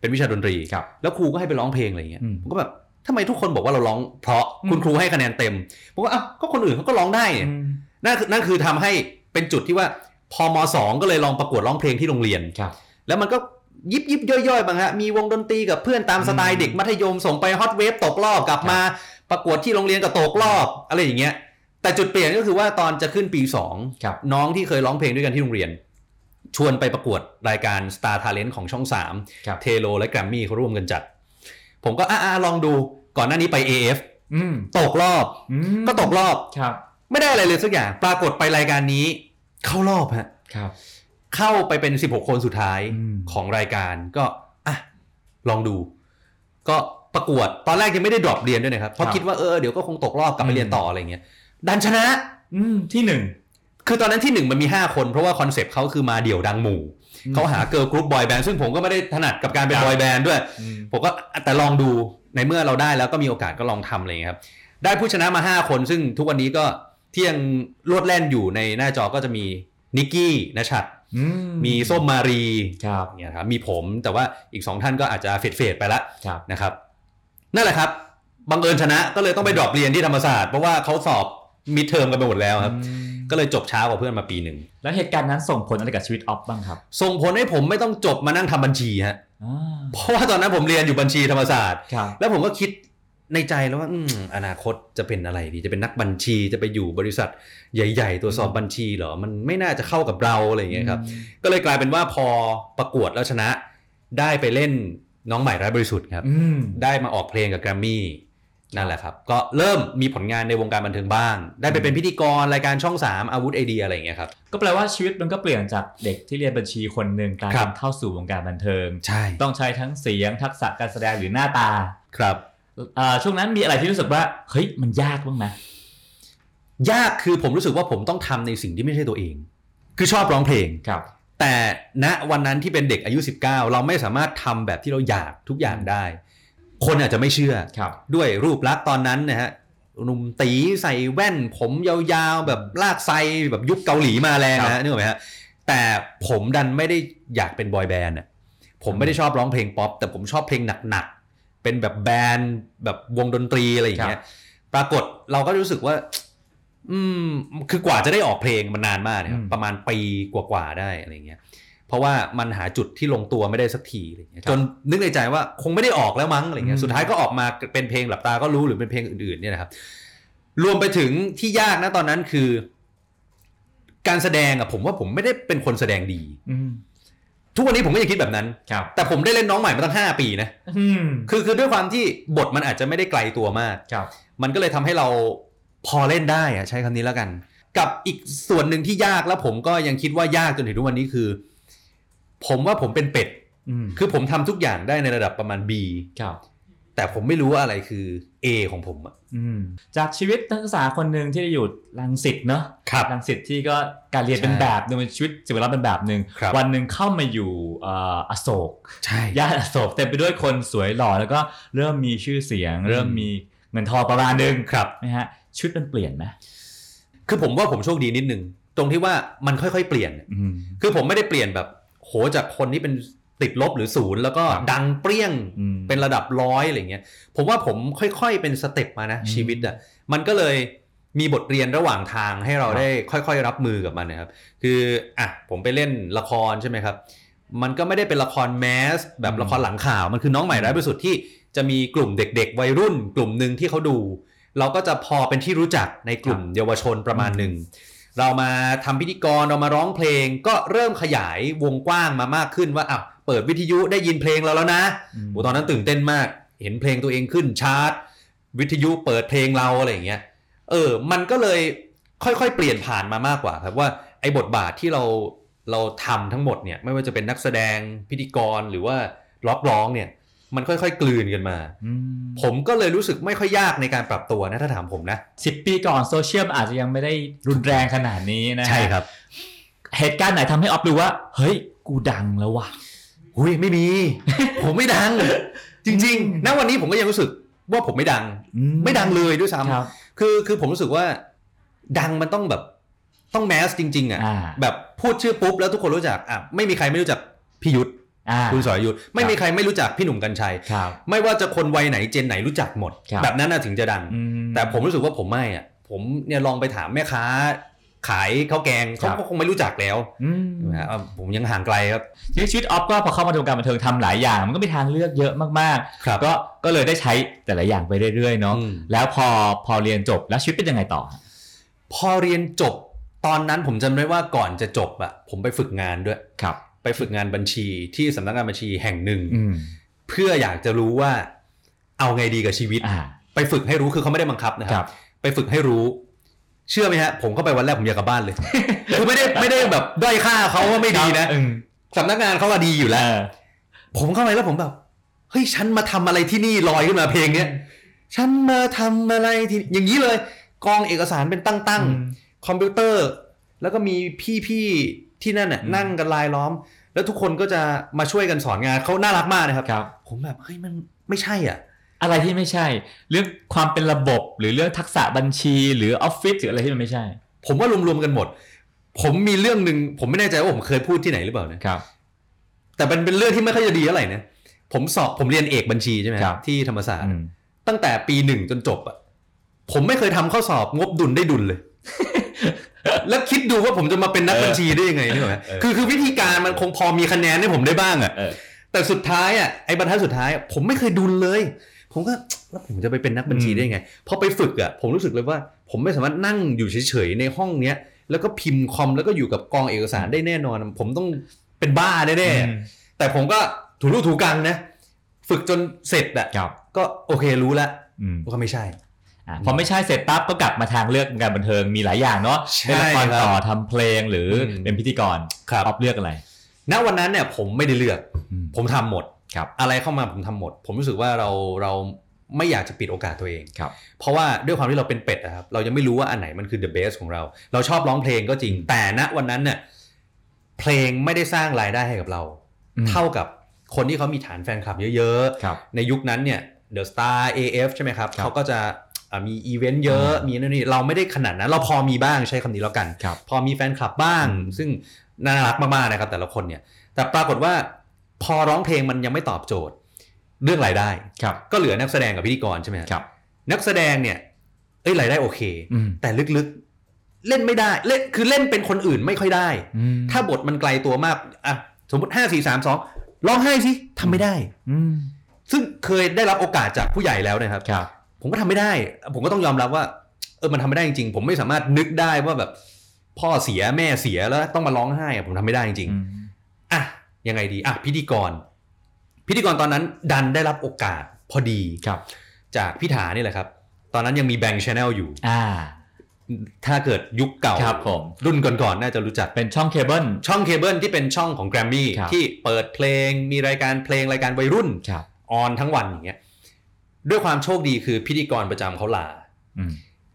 [SPEAKER 1] เป็นวิชาดนตรี
[SPEAKER 3] ครับ
[SPEAKER 1] แล้วครูก็ให้ไปร้องเพลงอะไรอย่างเงี้ย
[SPEAKER 3] อืม
[SPEAKER 1] ผมก็แบบทำไมทุกคนบอกว่าเราร้องเพราะ
[SPEAKER 3] อืม
[SPEAKER 1] คุณครูให้คะแนนเต็มผมก็อ้าวก็คนอื่นเขาก็ร้องได้เนี่ย
[SPEAKER 3] อืม
[SPEAKER 1] นั่นคือนั่นคือทำให้เป็นจุดที่ว่าพอมสองก็เลยลองประกวดร้องเพลงที่โรงเรียน
[SPEAKER 3] ครับ
[SPEAKER 1] แล้วมันก็ยิบยิบย่อยๆบางฮะมีวงดนตรีกับเพื่อนตามสไต
[SPEAKER 3] อื
[SPEAKER 1] ล์
[SPEAKER 3] ม
[SPEAKER 1] เด็กมัธยมส่งไปฮอตเวฟตกรอบกลับมา ประกวดที่โรงเรียนก็ตกรอบอะไรอย่างเงี้ย แต่จุดเปลี่ยนก็คือว่าตอนจะขึ้นปีสอง
[SPEAKER 3] ครับ
[SPEAKER 1] น้องที่เคยร้องเพลงด้วยกันที่โรงเรียน ชวนไปประกวดรายการ Star Talent ของช่อง
[SPEAKER 3] ครับ
[SPEAKER 1] 3 เทโลและแกรมมี่เขาร่วมกันจัด ผมก็อ่าลองดูก่อนหน้านี้ไป AF
[SPEAKER 3] อืม
[SPEAKER 1] ตกรอบ
[SPEAKER 3] อืม
[SPEAKER 1] ก็ตกรอบ
[SPEAKER 3] ครับ
[SPEAKER 1] ไม่ได้อะไรเลยสักอย่าง ปรากฏไปรายการนี้ เข้ารอบฮะ
[SPEAKER 3] ครับ
[SPEAKER 1] เข้าไปเป็น 16 คนสุดท้าย
[SPEAKER 3] อืม
[SPEAKER 1] ของรายการก็อ่ะลองดู ก็ประกวดตอนแรกยังไม่ได้ดรอปเรียนด้วยนะครับเพราะคิดว่าเออเดี๋ยวก็คงตกรอบกลับไปเรียนต่ออะไรเงี้ยดันชนะ
[SPEAKER 3] อืมที่หนึ่ง
[SPEAKER 1] คือตอนนั้นที่หนึ่งมันมี 5 คนเพราะว่าคอนเซปต์เขาคือมาเดี่ยวดังหมู่ เขาหาเกิร์ลกรุ๊ปบอยแบนด์ซึ่งผมก็ไม่ได้ถนัดกับการเป็นบอยแบนด์ด้วย ผมก็แต่ลองดูในเมื่อเราได้แล้วก็มีโอกาสก็ลองทำอะไรอย่างเลยครับ ได้ผู้ชนะมา 5 คนซึ่งทุกวันนี้ก็ที่ยังโลดแล่นอยู่ในหน้าจอก็จะมีนิกกี้นะชัด
[SPEAKER 3] อื
[SPEAKER 1] มีส้มมารี
[SPEAKER 3] ครับ
[SPEAKER 1] เนี่ยครับมีผมแต่ว่าอีก 2 ท่านก็อาจจะเฟดเฟดๆไปละ
[SPEAKER 3] ครับ
[SPEAKER 1] นะครับ นั่นแหละครับ บังเอิญชนะก็เลยต้องไปดรอปเรียนที่ธรรมศาสตร์เพราะว่าเขาสอบมิดเทอมกันไปหมดแล้วครับ
[SPEAKER 3] อืม
[SPEAKER 1] ก็เลยจบช้ากว่าเพื่อนมาปีหนึ่ง
[SPEAKER 3] แล้วเหตุการณ์นั้นส่งผลอะไรกับชีวิตออฟบ้างครับ
[SPEAKER 1] ส่งผลให้ผมไม่ต้องจบมานั่งทำบัญชีฮะ
[SPEAKER 3] อ่า
[SPEAKER 1] เพราะว่าตอนนั้นผมเรียนอยู่บัญชีธรรมศาสตร์
[SPEAKER 3] ครับ
[SPEAKER 1] แล้วผมก็คิดในใจแล้วว่า อืมอนาคตจะเป็นอะไรดี จะเป็นนักบัญชีจะไปอยู่บริษัทใหญ่ ๆ ตัวจสอบบัญชีเหรอ มันไม่น่าจะเข้ากับเราอะไรอย่างเงี้ยครับ ก็เลยกลายเป็นว่าพอประกวดแล้วชนะ ได้ไปเล่นน้องใหม่ร้ายบริสุทธิ์ครับ
[SPEAKER 3] อืม
[SPEAKER 1] ได้มาออกเพลงกับแกรมมี่นั่นแหละครับ ก็เริ่มมีผลงานในวงการบันเทิงบ้าง ได้ไปเป็นพิธีกรรายการช่อง 3 อาวุธไอเดียอะไรอย่างเงี้ยครับ
[SPEAKER 3] ก็แปลว่าชีวิตมันก็เปลี่ยนจากเด็กที่เรียนบัญชีคนหนึ่งกลาย
[SPEAKER 1] ครั
[SPEAKER 3] เป็
[SPEAKER 1] บ
[SPEAKER 3] นเข้าสู่วงการบันเทิง
[SPEAKER 1] ใช่
[SPEAKER 3] ต้องใช้ทั้งเสียงทักษะการแสดงหรือหน้าตา
[SPEAKER 1] ครับ
[SPEAKER 3] เอ่อช่วงนั้นมีอะไรที่รู้สึกว่าเฮ้ยมันยากบ้างไหม
[SPEAKER 1] ยากคือผมรู้สึกว่าผมต้องทำในสิ่งที่ไม่ใช่ตัวเอง คือชอบร้องเพลง
[SPEAKER 3] ครับ
[SPEAKER 1] แต่ณวันนั้นที่เป็นเด็กอายุ 19 เราไม่สามารถทำแบบที่เราอยากทุกอย่างได้ คนอาจจะไม่เชื่อ
[SPEAKER 3] ครับ
[SPEAKER 1] ด้วยรูปลักษณ์ตอนนั้นนะฮะหนุ่มตีใส่แว่น ผมยาวๆ แบบลากไซแบบยุคเกาหลีมาแรงนะฮะนึกออกไหมฮะแต่ผมดันไม่ได้อยากเป็นบอยแบนด์อะผมไม่ได้ชอบร้องเพลงป๊อป แต่ผมชอบเพลงหนักๆ เป็นแบบแบนด์แบบวงดนตรีอะไรอย่างเงี้ยปรากฏเราก็รู้สึกว่า อืมคือกว่าจะได้ออกเพลงมันนานมากนะครั
[SPEAKER 3] อื
[SPEAKER 1] บ
[SPEAKER 3] ม
[SPEAKER 1] ประมาณปีกว่าๆได้อะไรอย่างเงี้ย เพราะว่ามันหาจุดที่ลงตัวไม่ได้สักทีอะไรเงี้ย
[SPEAKER 3] ครับ
[SPEAKER 1] จนนึกในใจว่าคงไม่ได้ออกแล้วมั้งอะไรเงี้ย
[SPEAKER 3] อืม
[SPEAKER 1] สุดท้ายก็ออกมาเป็นเพลงหลับตาก็รู้หรือเป็นเพลงอื่นๆเนี่ยนะครับ รวมไปถึงที่ยากนะตอนนั้นคือ การแสดงอะผมว่าผมไม่ได้เป็นคนแสดงดี
[SPEAKER 3] อืม
[SPEAKER 1] ทุกวันนี้ผมก็ยังคิดแบบนั้น
[SPEAKER 3] ครับ
[SPEAKER 1] แต่ผมได้เล่นน้องใหม่มาตั้ง 5 ปีนะ
[SPEAKER 3] อืม
[SPEAKER 1] คือคือด้วยความที่บทมันอาจจะไม่ได้ไกลตัวมาก
[SPEAKER 3] ครับ
[SPEAKER 1] มันก็เลยทำให้เราพอเล่นได้อะใช้คำนี้แล้วกัน กับอีกส่วนหนึ่งที่ยากแล้วผมก็ยังคิดว่ายากจนถึงทุกวันนี้คือ ผมว่าผมเป็นเป็ด
[SPEAKER 3] อืม
[SPEAKER 1] คือผมทำทุกอย่างได้ในระดับประมาณ B
[SPEAKER 3] ครับ
[SPEAKER 1] แต่ผมไม่รู้ว่าอะไรคือ A ของผมอะ
[SPEAKER 3] อืมจากชีวิตนักศึกษาคนหนึ่งที่อยู่รังสิตเนอะ
[SPEAKER 1] ครับ
[SPEAKER 3] รังสิตที่ก็การเรียนเป็น
[SPEAKER 1] ใช่
[SPEAKER 3] แบบหนึ่งชีวิตสิ่งแวดล้อมเป็นแบบหนึ่ง
[SPEAKER 1] ครับ
[SPEAKER 3] วันหนึ่งเข้ามาอยู่เอ่ออโศก
[SPEAKER 1] ใช่
[SPEAKER 3] ย่านอโศกเต็มไปด้วยคนสวยหล่อแล้วก็เริ่มมีชื่อเสียง เริ่มมีเงินทองประมาณหนึ่ง
[SPEAKER 1] ครับ
[SPEAKER 3] นะฮะชีวิตมันเปลี่ยนไหม
[SPEAKER 1] คือผมว่าผมโชคดีนิดนึง ตรงที่ว่ามันค่อยๆ เปลี่ยน
[SPEAKER 3] อืม
[SPEAKER 1] คือผมไม่ได้เปลี่ยนแบบ โหจากคนที่เป็นติดลบหรือศูนย์แล้วก็
[SPEAKER 3] ครับ
[SPEAKER 1] ดังเปรี้ยง
[SPEAKER 3] อืม
[SPEAKER 1] เป็นระดับร้อยอะไรเงี้ย ผมว่าผมค่อยๆ เป็นสเต็ปมานะ
[SPEAKER 3] อืม
[SPEAKER 1] ชีวิตอ่ะ มันก็เลยมีบทเรียนระหว่างทางให้เรา
[SPEAKER 3] ครับ
[SPEAKER 1] ได้ค่อยๆ รับมือกับมันนะครับ คืออ่ะผมไปเล่นละครใช่ไหมครับ มันก็ไม่ได้เป็นละครแมสแบบละครหลังข่าว มันคือน้องใหม่ร้ายประสุดที่จะมีกลุ่มเด็กๆ วัยรุ่น กลุ่มหนึ่งที่เขาดู เราก็จะพอเป็นที่รู้จักในกลุ่มเยาวชนประมาณหนึ่ง เรามาทำพิธีกรเรามาร้องเพลงก็เริ่มขยายวงกว้างมามากขึ้นว่าอ่ะเปิดวิทยุได้ยินเพลงเราแล้วนะ
[SPEAKER 3] อืม
[SPEAKER 1] โอ้ตอนนั้นตื่นเต้นมาก เห็นเพลงตัวเองขึ้นชาร์ตวิทยุเปิดเพลงเราอะไรอย่างเงี้ยเออ มันก็เลยค่อยๆ เปลี่ยนผ่านมามากกว่าครับว่าไอ้บทบาทที่เราเราทำทั้งหมดเนี่ยไม่ว่าจะเป็นนักแสดงพิธีกรหรือว่าร้องร้องเนี่ย มันค่อยๆ กลืนกันมา
[SPEAKER 3] อืม
[SPEAKER 1] ผมก็เลยรู้สึกไม่ค่อยยากในการปรับตัวนะถ้าถามผมนะ
[SPEAKER 3] สิบปีก่อนโซเชียลอาจจะยังไม่ได้รุนแรงขนาดนี้นะฮะเหตุการณ์ไหนทำให้ออฟรู้ว่า เฮ้ย กูดังแล้วว่ะ
[SPEAKER 1] อุ้ยไม่มี ผมไม่ดัง จริง
[SPEAKER 3] อืม
[SPEAKER 1] ๆณวันนี้ผมก็ยังรู้สึกว่าผมไม่ดัง
[SPEAKER 3] อื
[SPEAKER 1] ไม่ดังเลยด้วย
[SPEAKER 3] ครั
[SPEAKER 1] ซ้ำ
[SPEAKER 3] บ
[SPEAKER 1] คือคือผมรู้สึกว่า ดังมันต้องแบบต้องแมสจริง ๆอ่ะ
[SPEAKER 3] อ่า
[SPEAKER 1] แบบพูดชื่อปุ๊บแล้วทุกคนรู้จักอ่ะไม่มีใครไม่รู้จักพี่ยุทธ
[SPEAKER 3] อ่า
[SPEAKER 1] คุณสรยุทธไม่มีใครไม่รู้จักพี่หนุ่มกัญชัย
[SPEAKER 3] ครับ
[SPEAKER 1] ไม่ว่าจะคนวัยไหนเจนไหนรู้จักหมด
[SPEAKER 3] ครับ
[SPEAKER 1] แบบนั้นน่ะถึงจะดัง
[SPEAKER 3] อื
[SPEAKER 1] แต่ผมรู้สึกว่าผมไม่อ่ะ ผมเนี่ยลองไปถามแม่ค้า ขายข้าวแกงเขา
[SPEAKER 3] ครับ
[SPEAKER 1] ก็คงไม่รู้จักแล้ว
[SPEAKER 3] อืม
[SPEAKER 1] นะฮะผมยังห่างไกลครับ
[SPEAKER 3] ชีวิตชีวิตออฟก็พอเข้ามาในวงการบันเทิงทำหลายอย่าง มันก็มีทางเลือกเยอะมาก
[SPEAKER 1] ครับ
[SPEAKER 3] ๆ ก็ก็เลยได้ใช้แต่ละอย่างไปเรื่อยๆเนาะ
[SPEAKER 1] อืม
[SPEAKER 3] แล้วพอพอเรียนจบแล้วชีวิตเป็นยังไงต่อ
[SPEAKER 1] พอเรียนจบตอนนั้นผมจำได้ว่าก่อนจะจบอะผมไปฝึกงานด้วย
[SPEAKER 3] ครับ
[SPEAKER 1] ไปฝึกงานบัญชีที่สำนักงานบัญชีแห่งหนึ่ง
[SPEAKER 3] อืม
[SPEAKER 1] เพื่ออยากจะรู้ว่าเอาไงดีกับชีวิต
[SPEAKER 3] อ่า
[SPEAKER 1] ไปฝึกให้รู้คือเขาไม่ได้บังคับนะค
[SPEAKER 3] ค
[SPEAKER 1] รั
[SPEAKER 3] รับ บ
[SPEAKER 1] ไปฝึกให้รู้ เชื่อไหมฮะ ผมเข้าไปวันแรกผมอยากกลับบ้าน
[SPEAKER 3] <laughs>
[SPEAKER 1] เลย คือไม่ได้ไม่ได้แบบด้อยค่าเขาว่าไม่ดีนะ
[SPEAKER 3] อืม
[SPEAKER 1] สำนักงานเขาว่าดีอยู่
[SPEAKER 3] เอ
[SPEAKER 1] แล้ว
[SPEAKER 3] อ
[SPEAKER 1] ผมเข้าไปแล้วผมแบบเฮ้ยฉันมาทำอะไรที่นี่ลอยขึ้นมาเพลงเนี้ยฉันมาทำอะไรที่อย่างนี้เลย กองเอกสารเป็นตั้ง
[SPEAKER 3] อืม
[SPEAKER 1] ๆคอมพิวเตอร์ แล้วก็มีพี่ๆที่นั่นน่ะ
[SPEAKER 3] อืม
[SPEAKER 1] นั่งกันลายล้อม แล้วทุกคนก็จะมาช่วยกันสอนงานเขาน่ารักมากนะครับ
[SPEAKER 3] ครับ
[SPEAKER 1] ผมแบบเฮ้ยมันไม่ใช่อ่ะ
[SPEAKER 3] อะไรที่ไม่ใช่ เรื่องความเป็นระบบหรือเรื่องทักษะบัญชีหรือออฟฟิศหรืออะไรที่มันไม่ใช่
[SPEAKER 1] ผมว่ารวมๆกันหมด ผมมีเรื่องหนึ่งผมไม่แน่ใจว่าผมเคยพูดที่ไหนหรือเปล่านะครับ แต่มันเป็นเรื่องที่ไม่ค่อยจะดีเท่าไหร่นะผมสอบผมเรียนเอกบัญชีใช่ไหม
[SPEAKER 3] ครับ
[SPEAKER 1] ที่ธรรมศาสตร์
[SPEAKER 3] อืม
[SPEAKER 1] ตั้งแต่ปีหนึ่งจนจบอะผมไม่เคยทำข้อสอบงบดุลได้ดุลเลย <laughs> แล้วคิดดูว่าผมจะมาเป็นนักบัญชีได้ยังไงนี่หรอกไหมคือคือวิธีการมันคงพอมีคะแนนให้ผมได้บ้างอะ
[SPEAKER 3] เออ
[SPEAKER 1] แต่สุดท้ายอะไอ้บรรทัดสุดท้ายอะผมไม่เคยดุลเลย ผมก็ แล้วผมจะไปเป็นนักบัญชีได้ยังไงพอไปฝึกอะผมรู้สึกเลยว่า ผมไม่สามารถนั่งอยู่เฉยๆในห้องเนี้ยแล้วก็พิมพ์คอมแล้วก็อยู่กับกองเอกสารได้แน่นอน ผมต้องเป็นบ้าแน่
[SPEAKER 3] อืม
[SPEAKER 1] ๆแต่ผมก็ถูรูถูกังนะฝึกจนเสร็จอะ
[SPEAKER 3] ครับ
[SPEAKER 1] ก็โอเครู้แล้ว
[SPEAKER 3] อืม
[SPEAKER 1] ก็ไม่ใช่
[SPEAKER 3] อ่ะพอไม่ใช่เสร็จปั๊บก็กลับมาทางเลือกวงการบันเทิงมีหลายอย่างเนาะ
[SPEAKER 1] ใช่
[SPEAKER 3] เล่น
[SPEAKER 1] ครั
[SPEAKER 3] ละคร
[SPEAKER 1] บ
[SPEAKER 3] ต่อทำเพลงหรืออ
[SPEAKER 1] ม
[SPEAKER 3] เป็นพิธีกร
[SPEAKER 1] ครับ
[SPEAKER 3] ออฟเลือกอะไร
[SPEAKER 1] ณวันนั้นเนี่ยผมไม่ได้เลือก
[SPEAKER 3] อืม
[SPEAKER 1] ผมทำหมด
[SPEAKER 3] ครับ
[SPEAKER 1] อะไรเข้ามาผมทำหมด ผมรู้สึกว่าเราเราไม่อยากจะปิดโอกาสตัวเอง
[SPEAKER 3] ครับ
[SPEAKER 1] เพราะว่าด้วยความที่เราเป็นเป็ดอะครับ เรายังไม่รู้ว่าอันไหนมันคือ the best ของเรา เราชอบร้องเพลงก็จริง แต่ณวันนั้นเนี่ยเพลงไม่ได้สร้างรายได้ให้กับเรา
[SPEAKER 3] อืม
[SPEAKER 1] เท่ากับคนที่เขามีฐานแฟนคลับเยอะ
[SPEAKER 3] ครับ
[SPEAKER 1] ๆ ในยุคนั้นเนี่ย The Star AF ใช่ไหมครับ
[SPEAKER 3] ครับ
[SPEAKER 1] เขาก็จะอ่ะมีอีเวนต์เยอะ
[SPEAKER 3] อ่ามี
[SPEAKER 1] มีนั่นนี่เราไม่ได้ขนาดนั้น เราพอมีบ้างใช้คำนี้แล้วกัน
[SPEAKER 3] ครับ
[SPEAKER 1] พอมีแฟนคลับบ้าง
[SPEAKER 3] อืม
[SPEAKER 1] ซึ่งน่ารักมากๆนะครับแต่ละคนเนี่ย แต่ปรากฏว่าพอร้องเพลงมันยังไม่ตอบโจทย์ เรื่องรายได้
[SPEAKER 3] ครับ
[SPEAKER 1] ก็เหลือนักแสดงกับพิธีกรใช่ไหมฮะ
[SPEAKER 3] ครับ
[SPEAKER 1] นักแสดงเนี่ย เอ้ยรายได้โอเค
[SPEAKER 3] อืม
[SPEAKER 1] แต่ลึกๆ เล่นไม่ได้เล่นคือเล่นเป็นคนอื่นไม่ค่อยได้
[SPEAKER 3] อืม
[SPEAKER 1] ถ้าบทมันไกลตัวมากอ่ะสมมติห้าสี่สามสองร้องไห้สิทำไม่ได้
[SPEAKER 3] อืม
[SPEAKER 1] ซึ่งเคยได้รับโอกาสจากผู้ใหญ่แล้วนะครับ
[SPEAKER 3] ครับ
[SPEAKER 1] ผมก็ทำไม่ได้ ผมก็ต้องยอมรับว่า เออ มันทำไม่ได้จริงๆ ผมไม่สามารถนึกได้ว่าแบบ พ่อเสียแม่เสียแล้วต้องมาร้องไห้อะผมทำไม่ได้จริง
[SPEAKER 3] อืม
[SPEAKER 1] ๆ อ่ะ ยังไงดี อ่ะ พิธีกร พิธีกรตอนนั้นดันได้รับโอกาสพอดี
[SPEAKER 3] ครับ
[SPEAKER 1] จากพี่ถานี่แหละครับ ตอนนั้นยังมีแบงค์ชาแนลอยู่
[SPEAKER 3] อ่า
[SPEAKER 1] ถ้าเกิดยุคเก่า
[SPEAKER 3] ครับผม
[SPEAKER 1] รุ่นก่อนๆ น่าจะรู้จัก
[SPEAKER 3] เป็นช่องเคเบิล
[SPEAKER 1] ช่องเคเบิลที่เป็นช่องของแกรมมี่
[SPEAKER 3] ครับ
[SPEAKER 1] ที่เปิดเพลง มีรายการเพลงรายการวัยรุ่น
[SPEAKER 3] ครับ
[SPEAKER 1] ออนทั้งวันอย่างเงี้ย ด้วยความโชคดีคือพิธีกรประจำเขาลา
[SPEAKER 3] อืม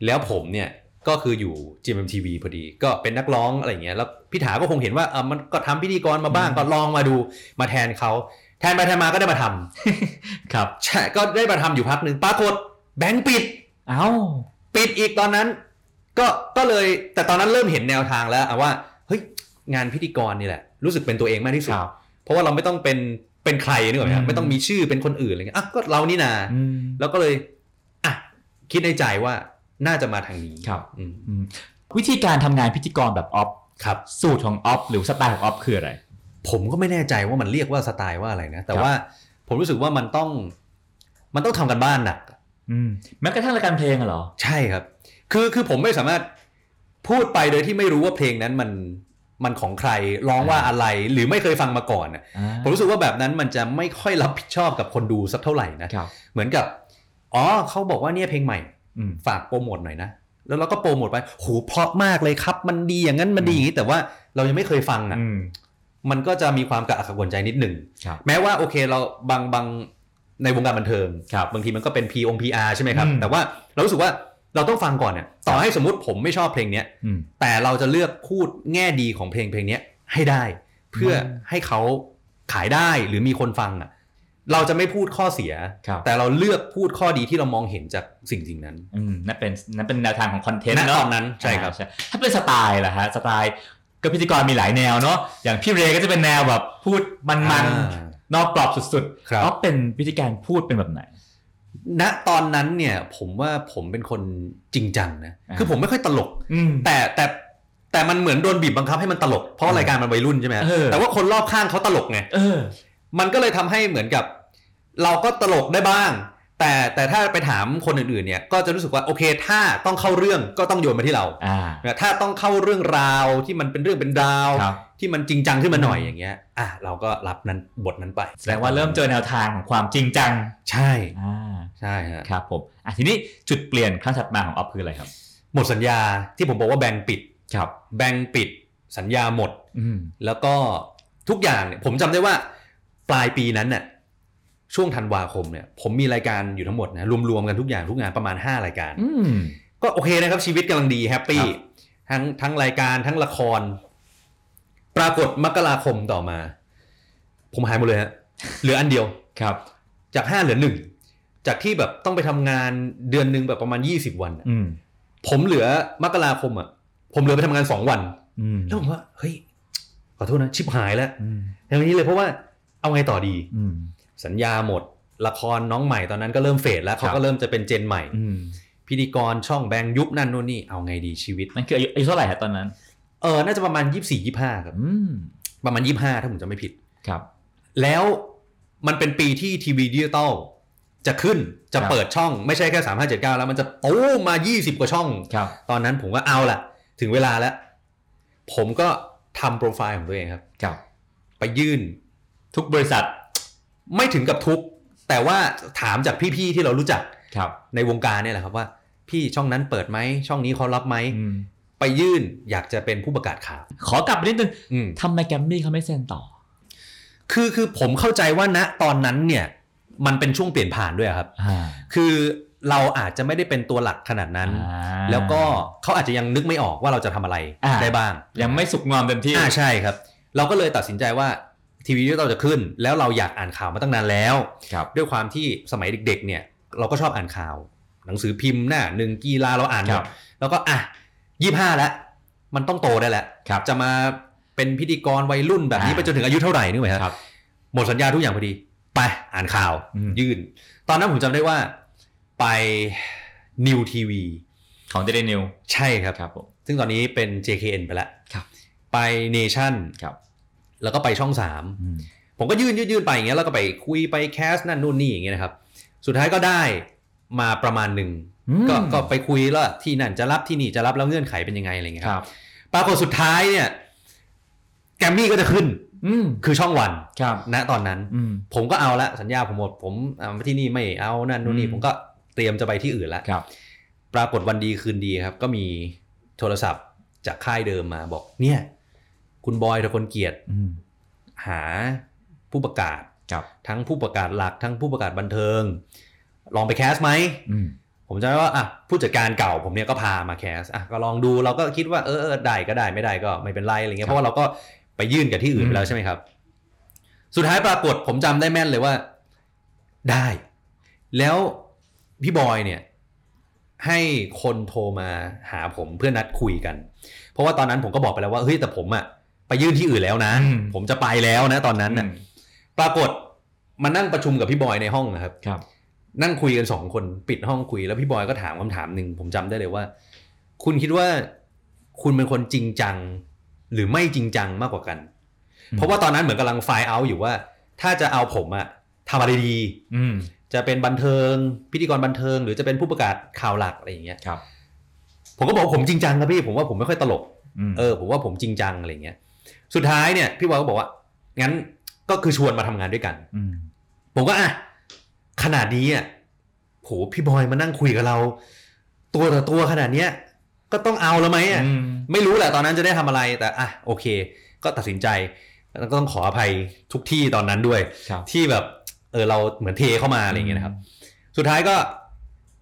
[SPEAKER 1] แล้วผมเนี่ยก็คืออยู่ GMMTV พอดี ก็เป็นนักร้องอะไรอย่างเงี้ยแล้วพี่ถาก็คงเห็นว่าเออมันก็ทำพิธีกรมาบ้าง
[SPEAKER 3] อืม
[SPEAKER 1] ก็ลองมาดูมาแทนเขาแทนไปแทนมาก็ได้มาทำ <laughs>
[SPEAKER 3] ครับ
[SPEAKER 1] ใช่ก็ได้มาทำอยู่พักหนึ่งปรากฏแบงค์ปิด
[SPEAKER 3] เอ้า
[SPEAKER 1] ปิดอีกตอนนั้น ก็ก็เลยแต่ตอนนั้นเริ่มเห็นแนวทางแล้วอะว่าเฮ้ยงานพิธีกรนี่แหละ รู้สึกเป็นตัวเองมากที่สุด
[SPEAKER 3] ครับ
[SPEAKER 1] เพราะว่าเราไม่ต้องเป็นเป็นใครนึกออกไหมครับ
[SPEAKER 3] อืม
[SPEAKER 1] ไม่ต้องมีชื่อเป็นคนอื่นอะไรเงี้ยอ่ะก็เรานี่นา
[SPEAKER 3] อืม
[SPEAKER 1] แล้วก็เลยอ่ะคิดในใจว่าน่าจะมาทางนี้
[SPEAKER 3] ครับ
[SPEAKER 1] อืม
[SPEAKER 3] อืมวิธีการทำงานพิธีกรแบบออฟ
[SPEAKER 1] ครับ
[SPEAKER 3] สูตรของออฟหรือสไตล์ของออฟคืออะไร
[SPEAKER 1] ผมก็ไม่แน่ใจว่ามันเรียกว่าสไตล์ว่าอะไรนะ แต่
[SPEAKER 3] ครับ
[SPEAKER 1] ว่าผมรู้สึกว่ามันต้องมันต้องทำกันบ้านหนัก
[SPEAKER 3] อืมแม้กระทั่งรายการเพลงอะเหรอ
[SPEAKER 1] ใช่ครับ คือคือผมไม่สามารถพูดไปโดยที่ไม่รู้ว่าเพลงนั้นมันมันของใครร้องว่าอะไรหรือไม่เคยฟังมาก่อนน่ะ
[SPEAKER 3] อ่า
[SPEAKER 1] ผมรู้สึกว่าแบบนั้นมันจะไม่ค่อยรับผิดชอบกับคนดูสักเท่าไหร่นะครับ เหมือนกับอ๋อเขาบอกว่าเนี่ยเพลงใหม่
[SPEAKER 3] อืม
[SPEAKER 1] ฝากโปรโมทหน่อยนะ แล้วเราก็โปรโมทไปโหเพราะมากเลยครับ มันดีอย่างนั้นมันดีอย่างนี้แต่ว่าเรายังไม่เคยฟังอ่ะ
[SPEAKER 3] อืม
[SPEAKER 1] มันก็จะมีความกระอักกระอ่วนใจนิดหนึ่ง
[SPEAKER 3] ครับ
[SPEAKER 1] แม้ว่าโอเคเราบางบางในวงการบันเทิงครับบางทีมันก็เป็น P อง PR ใช่ไหมครับ
[SPEAKER 3] อืม
[SPEAKER 1] แต่ว่าเรารู้สึกว่าเราต้องฟังก่อนเนี่ยต่อให้สมมติผมไม่ชอบเพลงเนี้ย
[SPEAKER 3] อืม
[SPEAKER 1] แต่เราจะเลือกพูดแง่ดีของเพลงเพลงเนี้ยให้ได้ เพื่ออ
[SPEAKER 3] ม
[SPEAKER 1] ให้เขาขายได้หรือมีคนฟังอ่ะเราจะไม่พูดข้อเสีย
[SPEAKER 3] ครับ
[SPEAKER 1] แต่เราเลือกพูดข้อดีที่เรามองเห็นจากสิ่งสิ่งนั้น
[SPEAKER 3] อืมนั่นเป็นนั่นเป็นแนวทางของคอนเทนต์
[SPEAKER 1] ณ
[SPEAKER 3] เนาะ
[SPEAKER 1] ตอนนั้นใช่ครับ
[SPEAKER 3] อ่าถ้าเป็นสไตล์ล่ะฮะสไตล์ก็พิธีกรมีหลายแนวเนาะอย่างพี่เรก็จะเป็นแนวแบบพูดมัน
[SPEAKER 1] อ่
[SPEAKER 3] มันา นอกกรอบสุด
[SPEAKER 1] ครับ
[SPEAKER 3] ก็เป็นวิธีการพูดเป็นแบบไหน
[SPEAKER 1] ณตอนนั้นเนี่ยผมว่าผมเป็นคนจริงจังนะ
[SPEAKER 3] อ่า
[SPEAKER 1] คือผมไม่ค่อยตลก
[SPEAKER 3] อืม
[SPEAKER 1] แต่แต่แต่มันเหมือนโดนบีบบังคับให้มันตลก เพราะ
[SPEAKER 3] เออ
[SPEAKER 1] รายการมันวัยรุ่นใช่ไหมฮะ
[SPEAKER 3] เออ
[SPEAKER 1] แต่ว่าคนรอบข้างเขาตลกไง
[SPEAKER 3] เออ
[SPEAKER 1] มันก็เลยทำให้เหมือนกับ เราก็ตลกได้บ้าง แต่แต่ถ้าไปถามคนอื่นๆเนี่ยก็จะรู้สึกว่าโอเค ถ้าต้องเข้าเรื่องก็ต้องโยนมาที่เรา
[SPEAKER 3] อ่า
[SPEAKER 1] ถ้าต้องเข้าเรื่องราวที่มันเป็นเรื่องเป็นราว
[SPEAKER 3] ครับ
[SPEAKER 1] ที่มันจริงจังขึ้นมาหน่อยอย่างเงี้ยอ่ะเราก็รับนั้นบทนั้นไป
[SPEAKER 3] แสดงว่าเริ่มเจอแนวทางของความจริงจัง
[SPEAKER 1] ใช่
[SPEAKER 3] อ่า
[SPEAKER 1] ใช่ฮะ
[SPEAKER 3] ครับผมอ่ะทีนี้จุดเปลี่ยนครั้งถัดมาของออฟคืออะไรครับ
[SPEAKER 1] หมดสัญญาที่ผมบอกว่าแบงก์ปิด
[SPEAKER 3] ครับ
[SPEAKER 1] แบงก์ปิด สัญญาหมด
[SPEAKER 3] อืม
[SPEAKER 1] แล้วก็ทุกอย่างเนี่ยผมจำได้ว่าปลายปีนั้นน่ะช่วงธันวาคมเนี่ยผมมีรายการอยู่ทั้งหมดนะรวมๆกันทุกอย่างทุกงานประมาณ 5 รายการ
[SPEAKER 3] อืม
[SPEAKER 1] ก็โอเคนะครับชีวิตกำลังดีแฮปปี้ ทั้งทั้งรายการทั้งละคร ปรากฏมกราคมต่อมา ผมหายหมดเลยฮะเหลืออันเดียว
[SPEAKER 3] ครับ
[SPEAKER 1] จากห้าเหลือหนึ่งจากที่แบบต้องไปทำงานเดือนหนึ่งแบบประมาณยี่สิบวันอะ
[SPEAKER 3] อืม
[SPEAKER 1] ผมเหลือมกราคมอ่ะ ผมเหลือไปทำงานสองวัน
[SPEAKER 3] อืม
[SPEAKER 1] แล้วผมว่าเฮ้ยขอโทษนะชิบหายแล้ว
[SPEAKER 3] อืม
[SPEAKER 1] อย่างนี้เลยเพราะว่าเอาไงต่อดี
[SPEAKER 3] อืม
[SPEAKER 1] สัญญาหมด ละครน้องใหม่ตอนนั้นก็เริ่มเฟดแล้วเขา
[SPEAKER 3] ครับ
[SPEAKER 1] ก็เริ่มจะเป็นเจนใหม่
[SPEAKER 3] อืม
[SPEAKER 1] พิธีกรช่องแบงยุคนั่นนู่นนี่เอาไงดีชีวิต
[SPEAKER 3] นั่นคืออายุอายุเท่าไหร่ฮะตอนนั้น
[SPEAKER 1] เออน่าจะประมาณ 24 25ครับ
[SPEAKER 3] อืม
[SPEAKER 1] ประมาณ 25 ถ้าผมจำไม่ผิด
[SPEAKER 3] ครับ
[SPEAKER 1] แล้วมันเป็นปีที่ทีวีดิจิตอลจะขึ้นจะ
[SPEAKER 3] ครับ
[SPEAKER 1] เปิดช่องไม่ใช่แค่ 3579 แล้วมันจะตู้มมา 20 กว่าช่อง
[SPEAKER 3] ครับ
[SPEAKER 1] ตอนนั้นผมก็เอาละถึงเวลาแล้ว ผมก็ทำโปรไฟล์ของตัวเองครับ
[SPEAKER 3] ครับ
[SPEAKER 1] ไปยื่น
[SPEAKER 3] ทุกบริษัท
[SPEAKER 1] ไม่ถึงกับทุบแต่ว่าถามจากพี่ๆที่เรารู้จัก
[SPEAKER 3] ครับ
[SPEAKER 1] ในวงการเนี่ยแหละครับว่า พี่ช่องนั้นเปิดไหมช่องนี้เขารับไหม
[SPEAKER 3] อืม
[SPEAKER 1] ไปยื่นอยากจะเป็นผู้ประกาศข่าว
[SPEAKER 3] ขอกลับไปนิดนึง
[SPEAKER 1] อืม
[SPEAKER 3] ทำไมแกรมมี่เขาไม่เซ็นต่อ
[SPEAKER 1] คือคือผมเข้าใจว่าณตอนนั้นเนี่ยมันเป็นช่วงเปลี่ยนผ่านด้วยครับ
[SPEAKER 3] อ่า
[SPEAKER 1] คือเราอาจจะไม่ได้เป็นตัวหลักขนาดนั้น
[SPEAKER 3] อ่า
[SPEAKER 1] แล้วก็เขาอาจจะยังนึกไม่ออกว่าเราจะทำอะไร
[SPEAKER 3] อ่า
[SPEAKER 1] ได้บ้าง
[SPEAKER 3] ยังไม่สุกงอมเต็มที่
[SPEAKER 1] อ่าใช่ครับ เราก็เลยตัดสินใจว่าทีวีที่เราจะขึ้น แล้วเราอยากอ่านข่าวมาตั้งนานแล้ว
[SPEAKER 3] ครับ
[SPEAKER 1] ด้วยความที่สมัยเด็ก ๆ เนี่ย เราก็ชอบอ่านข่าว หนังสือพิมพ์หน้าหนึ่งกีฬาเราอ่านหม
[SPEAKER 3] ครั
[SPEAKER 1] ด
[SPEAKER 3] บ
[SPEAKER 1] แล้วก็อ่ะยี่ห้าแล้ว มันต้องโตได้แล้ว
[SPEAKER 3] ครับ
[SPEAKER 1] จะมาเป็นพิธีกรวัยรุ่นแบบนี้
[SPEAKER 3] อ่า
[SPEAKER 1] ไปจนถึงอายุเท่าไหร่นึกไหม
[SPEAKER 3] ครับ
[SPEAKER 1] หมดสัญญาทุกอย่างพอดี ไปอ่านข่าว
[SPEAKER 3] อืม
[SPEAKER 1] ยื่น ตอนนั้นผมจำได้ว่าไปนิวทีวี
[SPEAKER 3] ของเดลินิว
[SPEAKER 1] ใช่ครับ
[SPEAKER 3] ครับผม
[SPEAKER 1] ซึ่งตอนนี้เป็น JKN ไปแล้ว
[SPEAKER 3] ครับ
[SPEAKER 1] ไปเนชั่น
[SPEAKER 3] ครับ
[SPEAKER 1] แล้วก็ไปช่องสาม
[SPEAKER 3] อืม
[SPEAKER 1] ผมก็ยื่นยื่นยื่นไปอย่างเงี้ยแล้วก็ไปคุยไปแคสนั่นนู่นนี่อย่างเงี้ยนะครับ สุดท้ายก็ได้มาประมาณหนึ่ง
[SPEAKER 3] อืม
[SPEAKER 1] ก็ก็ไปคุยแล้วที่นั่นจะรับที่นี่จะรับแล้วเงื่อนไขเป็นยังไงอะไรเงี้ย
[SPEAKER 3] ค
[SPEAKER 1] ค
[SPEAKER 3] รั
[SPEAKER 1] รับบ ปรากฏสุดท้ายเนี่ยแกรมมี่ก็จะขึ้น
[SPEAKER 3] อืม
[SPEAKER 1] คือช่องวัน
[SPEAKER 3] ครับ
[SPEAKER 1] ณตอนนั้น
[SPEAKER 3] อืม
[SPEAKER 1] ผมก็เอาละสัญญาผมหมดผมเอาที่นี่ไม่เอานั่นนู่นนี่
[SPEAKER 3] อืม
[SPEAKER 1] ผมก็เตรียมจะไปที่อื่นละ
[SPEAKER 3] ครับ
[SPEAKER 1] ปรากฏวันดีคืนดีครับ ก็มีโทรศัพท์จากค่ายเดิมมาบอกเนี่ย คุณบอยทะคนเกียรติ
[SPEAKER 3] อืม
[SPEAKER 1] หาผู้ประกาศ
[SPEAKER 3] ครับ
[SPEAKER 1] ทั้งผู้ประกาศหลักทั้งผู้ประกาศบันเทิง ลองไปแคสไหม
[SPEAKER 3] อืม
[SPEAKER 1] ผมจำได้ว่าอ่ะผู้จัดการเก่าผมเนี่ยก็พามาแคสอ่ะก็ลองดูเราก็คิดว่าเออเออได้ก็ได้ไม่ได้ก็ไม่เป็นไรอะไรเงี้ยเพราะว่าเราก็ไปยื่นกับที่อื่นไปแล้วใช่ไหมครับ สุดท้ายปรากฏผมจำได้แม่นเลยว่า ได้ แล้วพี่บอยเนี่ย ให้คนโทรมาหาผมเพื่อนัดคุยกัน เพราะว่าตอนนั้นผมก็บอกไปแล้วว่าเฮ้ยแต่ผมอะไปยื่นที่อื่นแล้วนะ
[SPEAKER 3] อืม
[SPEAKER 1] ผมจะไปแล้วนะตอนนั้นน่ะ
[SPEAKER 3] อืม
[SPEAKER 1] ปรากฏมานั่งประชุมกับพี่บอยในห้องนะครับ
[SPEAKER 3] ครับ
[SPEAKER 1] นั่งคุยกันสองคนปิดห้องคุย แล้วพี่บอยก็ถามคำถามหนึ่งผมจำได้เลยว่า คุณคิดว่าคุณเป็นคนจริงจัง หรือไม่จริงจังมากกว่ากัน เพราะว่าตอนนั้นเหมือนกำลังไฟล์เอาท์อยู่ว่า ถ้าจะเอาผมอะทำอะไรดี
[SPEAKER 3] อืม
[SPEAKER 1] จะเป็นบันเทิง พิธีกรบันเทิง หรือจะเป็นผู้ประกาศข่าวหลักอะไรอย่างเงี้ย
[SPEAKER 3] ครับ
[SPEAKER 1] ผมก็บอกว่าผมจริงจังครับพี่ผมว่าผมไม่ค่อยตลก
[SPEAKER 3] ม
[SPEAKER 1] เออผมว่าผมจริงจังอะไรอย่างเงี้ย สุดท้ายเนี่ยพี่บอยก็บอกว่างั้นก็คือชวนมาทำงานด้วยกัน
[SPEAKER 3] ม
[SPEAKER 1] ผมก็อ่ะขนาดนี้อ่ะโหพี่บอยมานั่งคุยกับเรา ตัวต่อตัวขนาดเนี้ย ก็ต้องเอาแล้วไหมอ่ะ
[SPEAKER 3] อืม
[SPEAKER 1] ไม่รู้แหละตอนนั้นจะได้ทำอะไรแต่อ่ะโอเค ก็ตัดสินใจแล้วก็ต้องขออภัยทุกที่ตอนนั้นด้วย
[SPEAKER 3] ครับ
[SPEAKER 1] ที่แบบเออเราเหมือนเทเข้ามาอะไรอย่างเงี้ยนะครับ สุดท้ายก็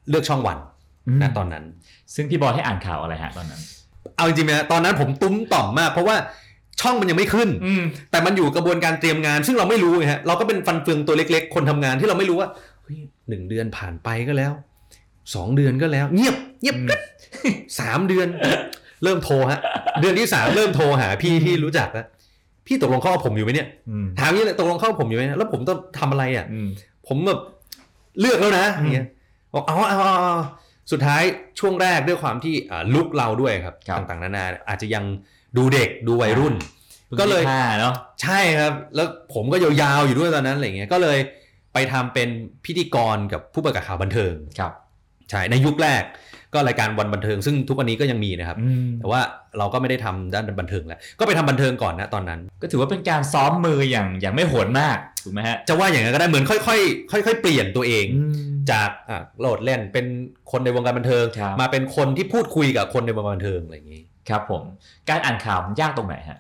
[SPEAKER 1] เลือกช่องวัน
[SPEAKER 3] อืม
[SPEAKER 1] นะตอนนั้น
[SPEAKER 3] ซึ่งพี่บอยให้อ่านข่าวอะไรฮะตอนนั้น
[SPEAKER 1] เอาจริงๆนะตอนนั้นผมตุ้มต่อมมาก เพราะว่าช่องมันยังไม่ขึ้น
[SPEAKER 3] อืม
[SPEAKER 1] แต่มันอยู่กระบวนการเตรียมงาน ซึ่งเราไม่รู้ไงฮะเราก็เป็นฟันเฟืองตัวเล็กๆ คนทำงานที่เราไม่รู้ว่าเฮ้ยหนึ่งเดือนผ่านไปก็แล้วสองเดือนก็แล้ว เงียบเงียบ
[SPEAKER 3] อืม
[SPEAKER 1] กึ๊ด <laughs> สามเดือน เริ่มโทรฮะ เดือนที่สามเริ่มโทรหาพี่ที่รู้จักแล้วพี่ตกลงเข้าเอาผมอยู่ไหมเนี่ย
[SPEAKER 3] อืม
[SPEAKER 1] ถามอย่างนี้เลยตกลงเข้าเอาผมอยู่ไหมเนี่ยแล้วผมต้องทำอะไรอ่ะ
[SPEAKER 3] อืม
[SPEAKER 1] ผมแบบเลือกแล้วนะอย่างเงี้ยบอกเอาเอาเอาเอาสุดท้ายช่วงแรกด้วยความที่อ่าลุกเราด้วยครับ
[SPEAKER 3] ครับ
[SPEAKER 1] ต่างๆนานาอาจจะยังดูเด็กดูวัยรุ่น ก็เลย
[SPEAKER 3] พิ่งสิบห้าเนาะ
[SPEAKER 1] ใช่ครับ แล้วผมก็ยาวๆอยู่ด้วยตอนนั้นอะไรเงี้ยก็เลยไปทำเป็นพิธีกรกับผู้ประกาศข่าวบันเทิง
[SPEAKER 3] ครับ
[SPEAKER 1] ใช่ในยุคแรกก็รายการวันบันเทิง ซึ่งทุกวันนี้ก็ยังมีนะครับ
[SPEAKER 3] อืม
[SPEAKER 1] แต่ว่าเราก็ไม่ได้ทำด้านบันเทิงแล้ว ก็ไปทำบันเทิงก่อนนะตอนนั้น
[SPEAKER 3] ก็ถือว่าเป็นการซ้อมมืออย่างอย่างไม่โหดมากถูกไหมฮะ
[SPEAKER 1] จะว่าอย่างนั้นก็ได้เหมือนค่อยๆค่อย ๆ เปลี่ยนตัวเอง
[SPEAKER 3] อืม
[SPEAKER 1] จากอ่ะโหลดเล่นเป็นคนในวงการบันเทิง
[SPEAKER 3] ครับ
[SPEAKER 1] มาเป็นคนที่พูดคุยกับคนในวงการบันเทิงอะไรอย่างนี้
[SPEAKER 3] ครับผม การอ่านข่าวมันยากตรงไหนฮะ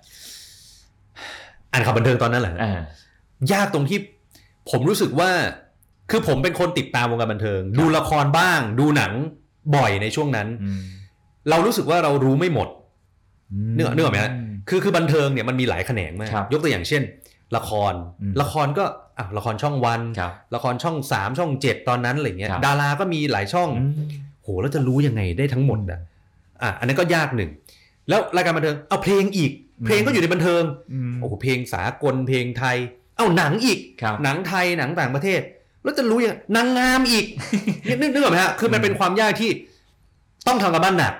[SPEAKER 1] อ่านข่าวบันเทิงตอนนั้นแหละ
[SPEAKER 3] อ่าย
[SPEAKER 1] ากตรงที่ผมรู้สึกว่า คือผมเป็นคนติดตามวงการบันเทิง ดูละครบ้าง ดูหนังบ่อยในช่วงนั้น
[SPEAKER 3] อืม
[SPEAKER 1] เรารู้สึกว่าเรารู้ไม่หมด นึกออกนึกออกไหมฮะ
[SPEAKER 3] ม
[SPEAKER 1] คือคือบันเทิงเนี่ยมันมีหลายแขนงมาก
[SPEAKER 3] ครับ
[SPEAKER 1] ยกตัวอย่างเช่น ละคร
[SPEAKER 3] อืม
[SPEAKER 1] ละครก็อ่ะละครช่องวัน
[SPEAKER 3] ครับ
[SPEAKER 1] ละครช่อง 3 ช่อง 7 ตอนนั้นอะไรเงี้ย
[SPEAKER 3] ครับ
[SPEAKER 1] ดาราก็มีหลายช่อง
[SPEAKER 3] อืม
[SPEAKER 1] โหแล้วจะรู้ยังไงได้ทั้งหมดอ่ะอ่ะอันนั้นก็ยากหนึ่ง แล้วรายการบันเทิงเอาเพลงอีก
[SPEAKER 3] อืม
[SPEAKER 1] เพลงก็อยู่ในบันเทิง
[SPEAKER 3] อืม
[SPEAKER 1] โอ้โหเพลงสากลเพลงไทย เอาหนังอีก
[SPEAKER 3] ครับ
[SPEAKER 1] หนังไทยหนังต่างประเทศ แล้วจะรู้ยังนางงามอีก <laughs> นึกนึกนึกออกไหมฮะคือมันเป็นความยากที่ต้องทำกับบ้านหนัก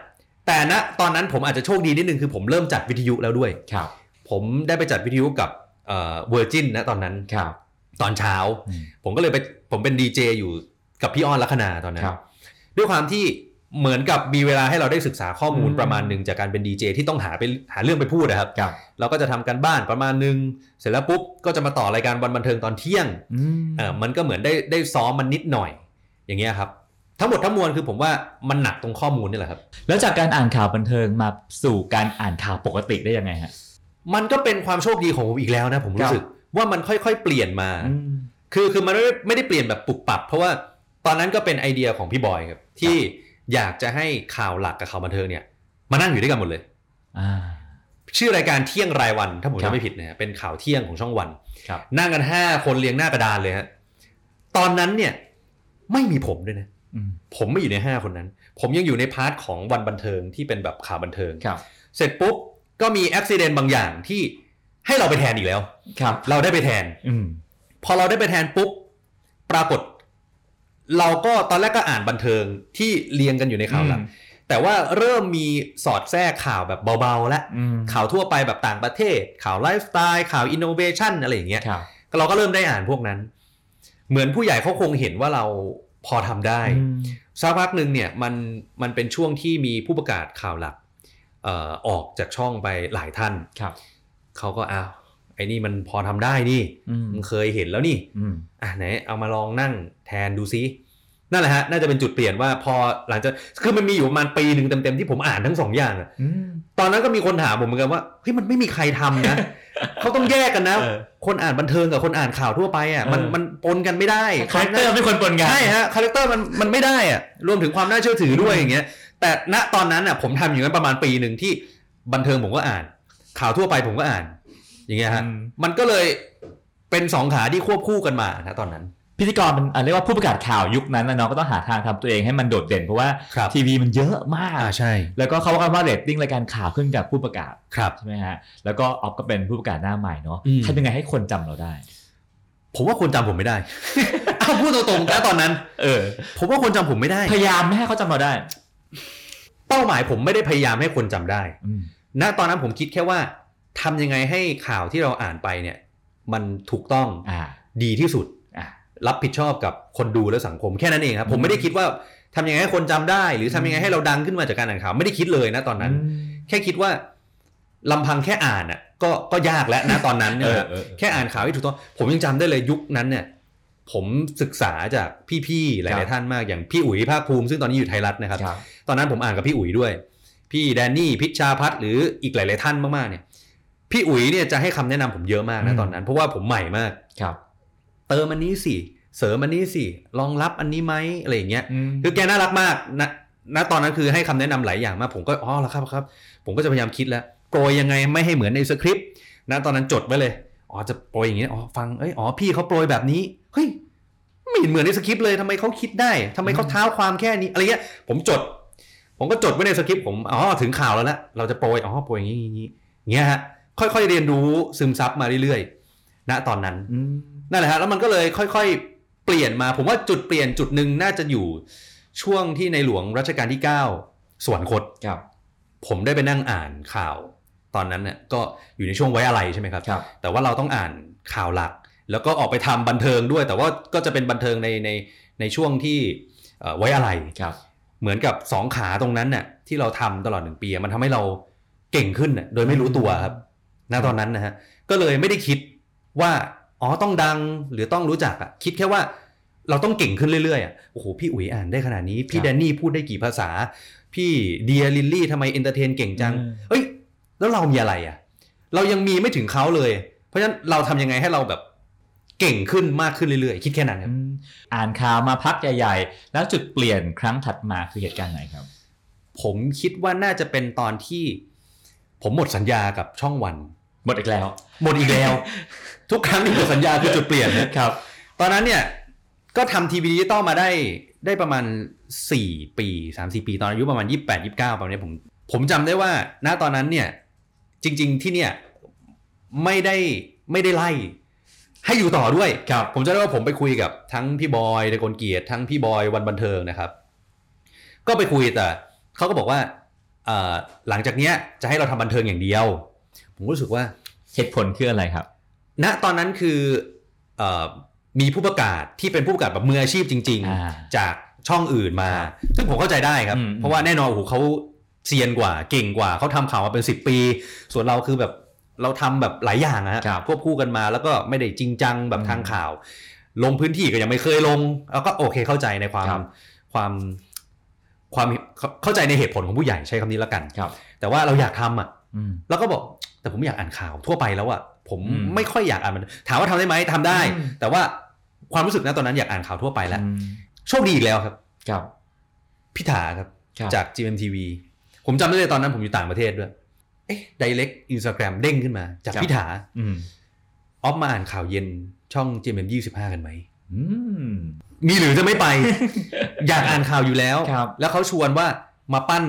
[SPEAKER 1] แต่ณตอนนั้นผมอาจจะโชคดีนิดนึงคือผมเริ่มจัดวิทยุแล้วด้วย
[SPEAKER 3] ครับ
[SPEAKER 1] ผมได้ไปจัดวิทยุกับเวอร์จินนะตอนนั้น
[SPEAKER 3] ครับ
[SPEAKER 1] ตอนเช้า
[SPEAKER 3] อืม
[SPEAKER 1] ผมก็เลยไปผมเป็นดีเจอยู่กับพี่อ้อนลัคนาตอนนั้น
[SPEAKER 3] ครับ
[SPEAKER 1] ด้วยความที่เหมือนกับมีเวลาให้เราได้ศึกษาข้อมูล
[SPEAKER 3] อืม
[SPEAKER 1] ประมาณหนึ่งจากการเป็นดีเจที่ต้องหาไปหาเรื่องไปพูดนะครับ
[SPEAKER 3] ครับ
[SPEAKER 1] เราก็จะทำการบ้านประมาณหนึ่งเสร็จแล้วปุ๊บก็จะมาต่อรายการวันบันเทิงตอนเที่ยง
[SPEAKER 3] อืม
[SPEAKER 1] เออมันก็เหมือนได้ได้ซ้อมมันนิดหน่อย อย่างเงี้ยครับ ทั้งหมดทั้งมวลคือผมว่ามันหนักตรงข้อมูลนี่แหละครับ
[SPEAKER 3] แล้วจากการอ่านข่าวบันเทิงมาสู่การอ่านข่าวปกติได้ยังไงฮะ
[SPEAKER 1] มันก็เป็นความโชคดีของผมอีกแล้วนะผม
[SPEAKER 3] ครั
[SPEAKER 1] รู้
[SPEAKER 3] บ
[SPEAKER 1] สึกว่ามันค่อยๆ เปลี่ยนมา
[SPEAKER 3] อืม
[SPEAKER 1] คือคือมันไม่ได้ไม่ได้เปลี่ยนแบบปรับปรับ เพราะว่าตอนนั้นก็เป็นไอเดียของพี่บอยครับ ที่อยากจะให้ข่าวหลักกับข่าวบันเทิงเนี่ยมานั่งอยู่ด้วยกันหมดเลย
[SPEAKER 3] อ่า
[SPEAKER 1] ชื่อรายการเที่ยงรายวันถ้าผม
[SPEAKER 3] ครับ
[SPEAKER 1] จำไม่ผิดนะฮะเป็นข่าวเที่ยงของช่องวัน
[SPEAKER 3] ครับ
[SPEAKER 1] นั่งกันห้าคนเรียงหน้ากระดานเลยฮะตอนนั้นเนี่ยไม่มีผมด้วยนะ
[SPEAKER 3] อืม
[SPEAKER 1] ผมไม่อยู่ในห้าคนนั้น ผมยังอยู่ในพาร์ทของวันบันเทิงที่เป็นแบบข่าวบันเทิง
[SPEAKER 3] ครับ
[SPEAKER 1] เสร็จปุ๊บก็มีอุบิเหตุบางอย่างที่ให้เราไปแทนอีกแล้ว
[SPEAKER 3] ครับ
[SPEAKER 1] เราได้ไปแทน
[SPEAKER 3] อืม
[SPEAKER 1] พอเราได้ไปแทนปุ๊บ ปรากฏ เราก็ตอนแรกก็อ่านบันเทิงที่เรียงกันอยู่ในข่าวหลัก
[SPEAKER 3] อืม
[SPEAKER 1] แต่ว่าเริ่มมีสอดแทรกข่าวแบบเบาๆแล้ว
[SPEAKER 3] อืม
[SPEAKER 1] ข่าวทั่วไปแบบต่างประเทศ ข่าวไลฟ์สไตล์ข่าวอินโนเวชันอะไรอย่างเงี้ย
[SPEAKER 3] ครับ
[SPEAKER 1] เราก็เริ่มได้อ่านพวกนั้น เหมือนผู้ใหญ่เขาคงเห็นว่าเราพอทำได้
[SPEAKER 3] อืม
[SPEAKER 1] สักพักหนึ่งเนี่ยมันมันเป็นช่วงที่มีผู้ประกาศข่าวหลักเอ่อออกจากช่องไปหลายท่าน
[SPEAKER 3] ครับ
[SPEAKER 1] เขาก็อ้าวไอ้นี่มันพอทำได้นี่
[SPEAKER 3] อืม
[SPEAKER 1] มันเคยเห็นแล้วนี่
[SPEAKER 3] อืม
[SPEAKER 1] อ่ะไหนเอามาลองนั่งแทนดูซินั่นแหละฮะน่าจะเป็นจุดเปลี่ยนว่าพอหลังจากคือมันมีอยู่ประมาณปีหนึ่งเต็มๆที่ผมอ่านทั้งสองอย่างอะ
[SPEAKER 3] อืม
[SPEAKER 1] ตอนนั้นก็มีคนถามผมเหมือนกันว่าเฮ้ยมันไม่มีใครทำ
[SPEAKER 3] <laughs>
[SPEAKER 1] นะ เขาต้องแยกกันนะ
[SPEAKER 3] เออ
[SPEAKER 1] คนอ่านบันเทิงกับคนอ่านข่าวทั่วไปอ่ะมัน
[SPEAKER 3] เออ
[SPEAKER 1] มันปนกันไม่ได้
[SPEAKER 3] คาแรคเตอร์ไม่ควรปนกัน
[SPEAKER 1] ใช่ฮะคาแรคเตอร์มันมันไม่ได้อ่ะรวมถึงความน่าเชื่อถือด้วยอย่างเงี้ยแต่ณตอนนั้นอ่ะผมทำอยู่นั้นประมาณปีหนึ่งที่บันเทิงผมก็อ่าน ข่าวทั่วไปผมก็อ่าน อย่างเงี้ยฮะ
[SPEAKER 3] อืม
[SPEAKER 1] มันก็เลยเป็นสองขาที่ควบคู่กันมานะตอนนั้น
[SPEAKER 3] พิธีกรมันอ่ะเรียกว่าผู้ประกาศข่าวยุคนั้นนะเนาะก็ต้องหาทางทำตัวเองให้มันโดดเด่นเพราะว่า
[SPEAKER 1] ครับ
[SPEAKER 3] ทีวีมันเยอะมาก
[SPEAKER 1] อ่าใช่
[SPEAKER 3] แล้วก็เขาว่ากันว่าเรตติ้งรายการข่าวขึ้นกับผู้ประกาศ
[SPEAKER 1] ครับ
[SPEAKER 3] ใช่ไหมฮะ แล้วก็ออฟก็เป็นผู้ประกาศหน้าใหม่เนาะ
[SPEAKER 1] อืม
[SPEAKER 3] ทำยังไงให้คนจำเราได้
[SPEAKER 1] ผมว่าคนจำผมไม่ได้ <laughs> เอาพูดตรงๆนะตอนนั้น
[SPEAKER 3] เออ
[SPEAKER 1] ผมว่าคนจำผมไม่ได้
[SPEAKER 3] พยายามไม่ให้เขาจำเราได้
[SPEAKER 1] เป้าหมายผมไม่ได้พยายามให้คนจำได้
[SPEAKER 3] อืม
[SPEAKER 1] ณตอนนั้นผมคิดแค่ว่าทำยังไงให้ข่าวที่เราอ่านไปเนี่ย มันถูกต้อง
[SPEAKER 3] อ่า
[SPEAKER 1] ดีที่สุด
[SPEAKER 3] อ่ะ
[SPEAKER 1] รับผิดชอบกับคนดูและสังคมแค่นั้นเองครับ ผมไม่ได้คิดว่าทำยังไงให้คนจำได้ หรือทำยังไงให้เราดังขึ้นมาจากการอ่านข่าว ไม่ได้คิดเลยนะตอนนั้น แค่คิดว่าลำพังแค่อ่านอ่ะก็ก็ยากแล้วนะตอนนั้นเนี่ย
[SPEAKER 3] เออเออ
[SPEAKER 1] แค่อ่านข่าวให้ถูกต้อง ผมยังจำได้เลยยุคนั้นเนี่ย ผมศึกษาจากพี่ๆห
[SPEAKER 3] ครั
[SPEAKER 1] ลาย
[SPEAKER 3] บ
[SPEAKER 1] ๆท่านมากอย่างพี่อุ๋ยภาคภูมิซึ่งตอนนี้อยู่ไทยรัฐนะครับ
[SPEAKER 3] ครับ
[SPEAKER 1] ตอนนั้นผมอ่านกับพี่อุ๋ยด้วย พี่แดนนี่พิชชาพัฒน์หรืออีกหลาย ๆ ท่านมากๆเนี่ย พี่อุ๋ยเนี่ยจะให้คำแนะนำผมเยอะมาก
[SPEAKER 3] อื
[SPEAKER 1] นะ
[SPEAKER 3] ม
[SPEAKER 1] ตอนนั้น เพราะว่าผมใหม่มาก
[SPEAKER 3] ครับ
[SPEAKER 1] เติมอันนี้สิเสริมอันนี้สิลองรับอันนี้ไหมอะไรอย่างเงี้ย
[SPEAKER 3] อืม
[SPEAKER 1] คือแกน่ารักมากนะณตอนนั้นคือให้คำแนะนำหลายอย่างมาก ผมก็อ๋อแล้วครับครับ ผมก็จะพยายามคิดแล้วโปรยยังไงไม่ให้เหมือนในสคริปต์ณตอนนั้นจดไว้เลยอ๋อจะโปรยอย่างนี้อ๋อฟังเอ้ยอ๋อพี่เขาโปรยแบบนี้เฮ้ยไม่เห็นเหมือนในสคริปต์เลยทำไมเขาคิดได้ทำไมเขาเท้าความแค่นี้อะไรเงี้ยผมจด ผมก็จดไว้ในสคริปต์ผมอ๋อถึงข่าวแล้วละเราจะโปรยอ๋อโปรยอย่างนี้อย่างนี้อย่างเงี้ยฮะค่อยๆเรียนรู้ซึมซับมาเรื่อยๆณตอนนั้น
[SPEAKER 3] อืม
[SPEAKER 1] นั่นแหละฮะแล้วมันก็เลยค่อยๆ เปลี่ยนมาผมว่าจุดเปลี่ยนจุดหนึ่งน่าจะอยู่ช่วงที่ในหลวงรัชกาลที่ 9 สวรรคต
[SPEAKER 3] ครับ
[SPEAKER 1] ผมได้ไปนั่งอ่านข่าว ตอนนั้นเนี่ยก็อยู่ในช่วงไว้อะไรใช่ไหมครับ
[SPEAKER 3] ครับ
[SPEAKER 1] แต่ว่าเราต้องอ่านข่าวหลัก แล้วก็ออกไปทำบันเทิงด้วย แต่ว่าก็จะเป็นบันเทิงในในในช่วงที่เอ่อไว้อะไร
[SPEAKER 3] ครับ
[SPEAKER 1] เหมือนกับสองขาตรงนั้นน่ะที่เราทำตลอดหนึ่งปีอะมันทำให้เราเก่งขึ้นน่ะโดยไม่รู้ตัวครับณตอนนั้นนะฮะก็เลยไม่ได้คิดว่าอ๋อต้องดังหรือต้องรู้จักอ่ะคิดแค่ว่าเราต้องเก่งขึ้นเรื่อยๆอ่ะโอ้โหพี่อุ๋ยอ่านได้ขนาดนี้
[SPEAKER 3] ค
[SPEAKER 1] พี่
[SPEAKER 3] รับ
[SPEAKER 1] แดนนี่พูดได้กี่ภาษา พี่เดียลิลลี่ทำไมเอนเตอร์เทนเก่งจัง
[SPEAKER 3] อืม
[SPEAKER 1] เอ้ย แล้วเรามีอะไรอ่ะ เรายังมีไม่ถึงเขาเลย เพราะฉะนั้นเราทำยังไงให้เราแบบเก่งขึ้นมากขึ้นเรื่อยๆ คิดแค่นั้นครับ
[SPEAKER 3] อืมอ่านข่าวมาพักใหญ่ ๆ แล้วจุดเปลี่ยนครั้งถัดมาคือเหตุการณ์ไหนครับ
[SPEAKER 1] ผมคิดว่าน่าจะเป็นตอนที่ ผมหมดสัญญากับช่องวัน
[SPEAKER 3] หมดอีกแล้ว
[SPEAKER 1] หมดอีกแล้ว ทุกครั้งที่หมดสัญญาคือจุดเปลี่ยนนะครับ ตอนนั้นเนี่ยก็ทำทีวีดิจิตอลมาได้ได้ประมาณ 4 ปี 3-4 ปี ตอนอายุประมาณ 28 29ประมาณเนี้ยผมผมจำได้ว่าณตอนนั้นเนี่ยจริง ๆที่เนี่ยไม่ได้ไม่ได้ไล่ ให้อยู่ต่อด้วยครับ ผมจำได้ว่าผมไปคุยกับทั้งพี่บอยตะกลเกียรติทั้งพี่บอยวันบันเทิงนะครับ ก็ไปคุยแต่เขาก็บอกว่าเอ่อหลังจากเนี้ยจะให้เราทำบันเทิงอย่างเดียว ผมก็รู้สึกว่า
[SPEAKER 3] เหตุผลคืออะไรครับ
[SPEAKER 1] ณตอนนั้นคือเออมีผู้ประกาศที่เป็นผู้ประกาศแบบมืออาชีพจริง
[SPEAKER 3] อ่า
[SPEAKER 1] ๆ จากช่องอื่นมา ซึ่งผมเข้าใจได้ครับ
[SPEAKER 3] อืม
[SPEAKER 1] เพราะว่าแน่นอนโอ้โหเขาเซียนกว่าเก่งกว่าเขาทำข่าวมาเป็น 10 ปี ส่วนเราคือแบบเราทำแบบหลายอย่างอะฮะ
[SPEAKER 3] ครับ
[SPEAKER 1] ควบคู่กันมาแล้วก็ไม่ได้จริงจังแบบทางข่าว ลงพื้นที่ก็ยังไม่เคยลง แล้วก็โอเคเข้าใจในความ
[SPEAKER 3] ครับ
[SPEAKER 1] ความความเข้าเข้าใจในเหตุผลของผู้ใหญ่ใช้คำนี้ละกัน
[SPEAKER 3] ครับ
[SPEAKER 1] แต่ว่าเราอยากทำอ่ะ
[SPEAKER 3] อืม
[SPEAKER 1] แล้วก็บอกแต่ผมอยากอ่านข่าวทั่วไปแล้วอะผม
[SPEAKER 3] อืม
[SPEAKER 1] ไม่ค่อยอยากอ่านมันถามว่าทำได้ไหมทำได้
[SPEAKER 3] อืม
[SPEAKER 1] แต่ว่าความรู้สึกนะตอนนั้นอยากอ่านข่าวทั่วไปแล้ว
[SPEAKER 3] อืม
[SPEAKER 1] โชคดีอีกแล้วครับ
[SPEAKER 3] ครับ
[SPEAKER 1] พิธาครับ
[SPEAKER 3] ครับ
[SPEAKER 1] จาก GMTV ผมจำได้เลยตอนนั้นผมอยู่ต่างประเทศด้วย เอ๊ะไดเ c กอินสตาแกรมเด้งขึ้นมา จากพิธา
[SPEAKER 3] อืม
[SPEAKER 1] ออฟมาอ่านข่าวเย็นช่อง GMM 25 กันไหม
[SPEAKER 3] อืม
[SPEAKER 1] มีหรือจะ
[SPEAKER 3] <laughs>
[SPEAKER 1] ไม่ไป อยากอ่านข่าวอยู่แล้ว
[SPEAKER 3] ครับ
[SPEAKER 1] แล้วเขาชวนว่ามาปั้น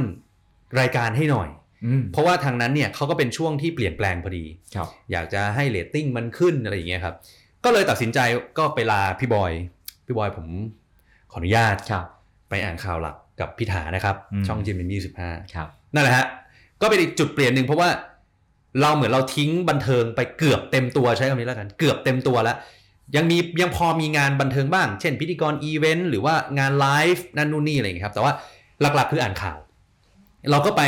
[SPEAKER 1] รายการให้หน่อย
[SPEAKER 3] อืม
[SPEAKER 1] เพราะว่าทางนั้นเนี่ยเขาก็เป็นช่วงที่เปลี่ยนแปลงพอดี
[SPEAKER 3] ครับ
[SPEAKER 1] อยากจะให้เรตติ้งมันขึ้นอะไรอย่างเงี้ยครับ ก็เลยตัดสินใจก็ไปลาพี่บอย พี่บอยผมขออนุญาต
[SPEAKER 3] ครับ
[SPEAKER 1] ไปอ่านข่าวหลักกับพี่ถานะครับ
[SPEAKER 3] อืม
[SPEAKER 1] ช่องจีเอ็มยี่สิบห้า
[SPEAKER 3] ครับ
[SPEAKER 1] นั่นแหละฮะ ก็เป็นอีกจุดเปลี่ยนหนึ่งเพราะว่าเราเหมือนเราทิ้งบันเทิงไปเกือบเต็มตัวใช้คำนี้แล้วกัน เกือบเต็มตัวแล้ว ยังมียังพอมีงานบันเทิงบ้าง เช่น พิธีกรอีเวนต์หรือว่างานไลฟ์นั่นนู่นนี่อะไรอย่างเงี้ยครับ แต่ว่าหลักๆคืออ่านข่าว เราก็ไป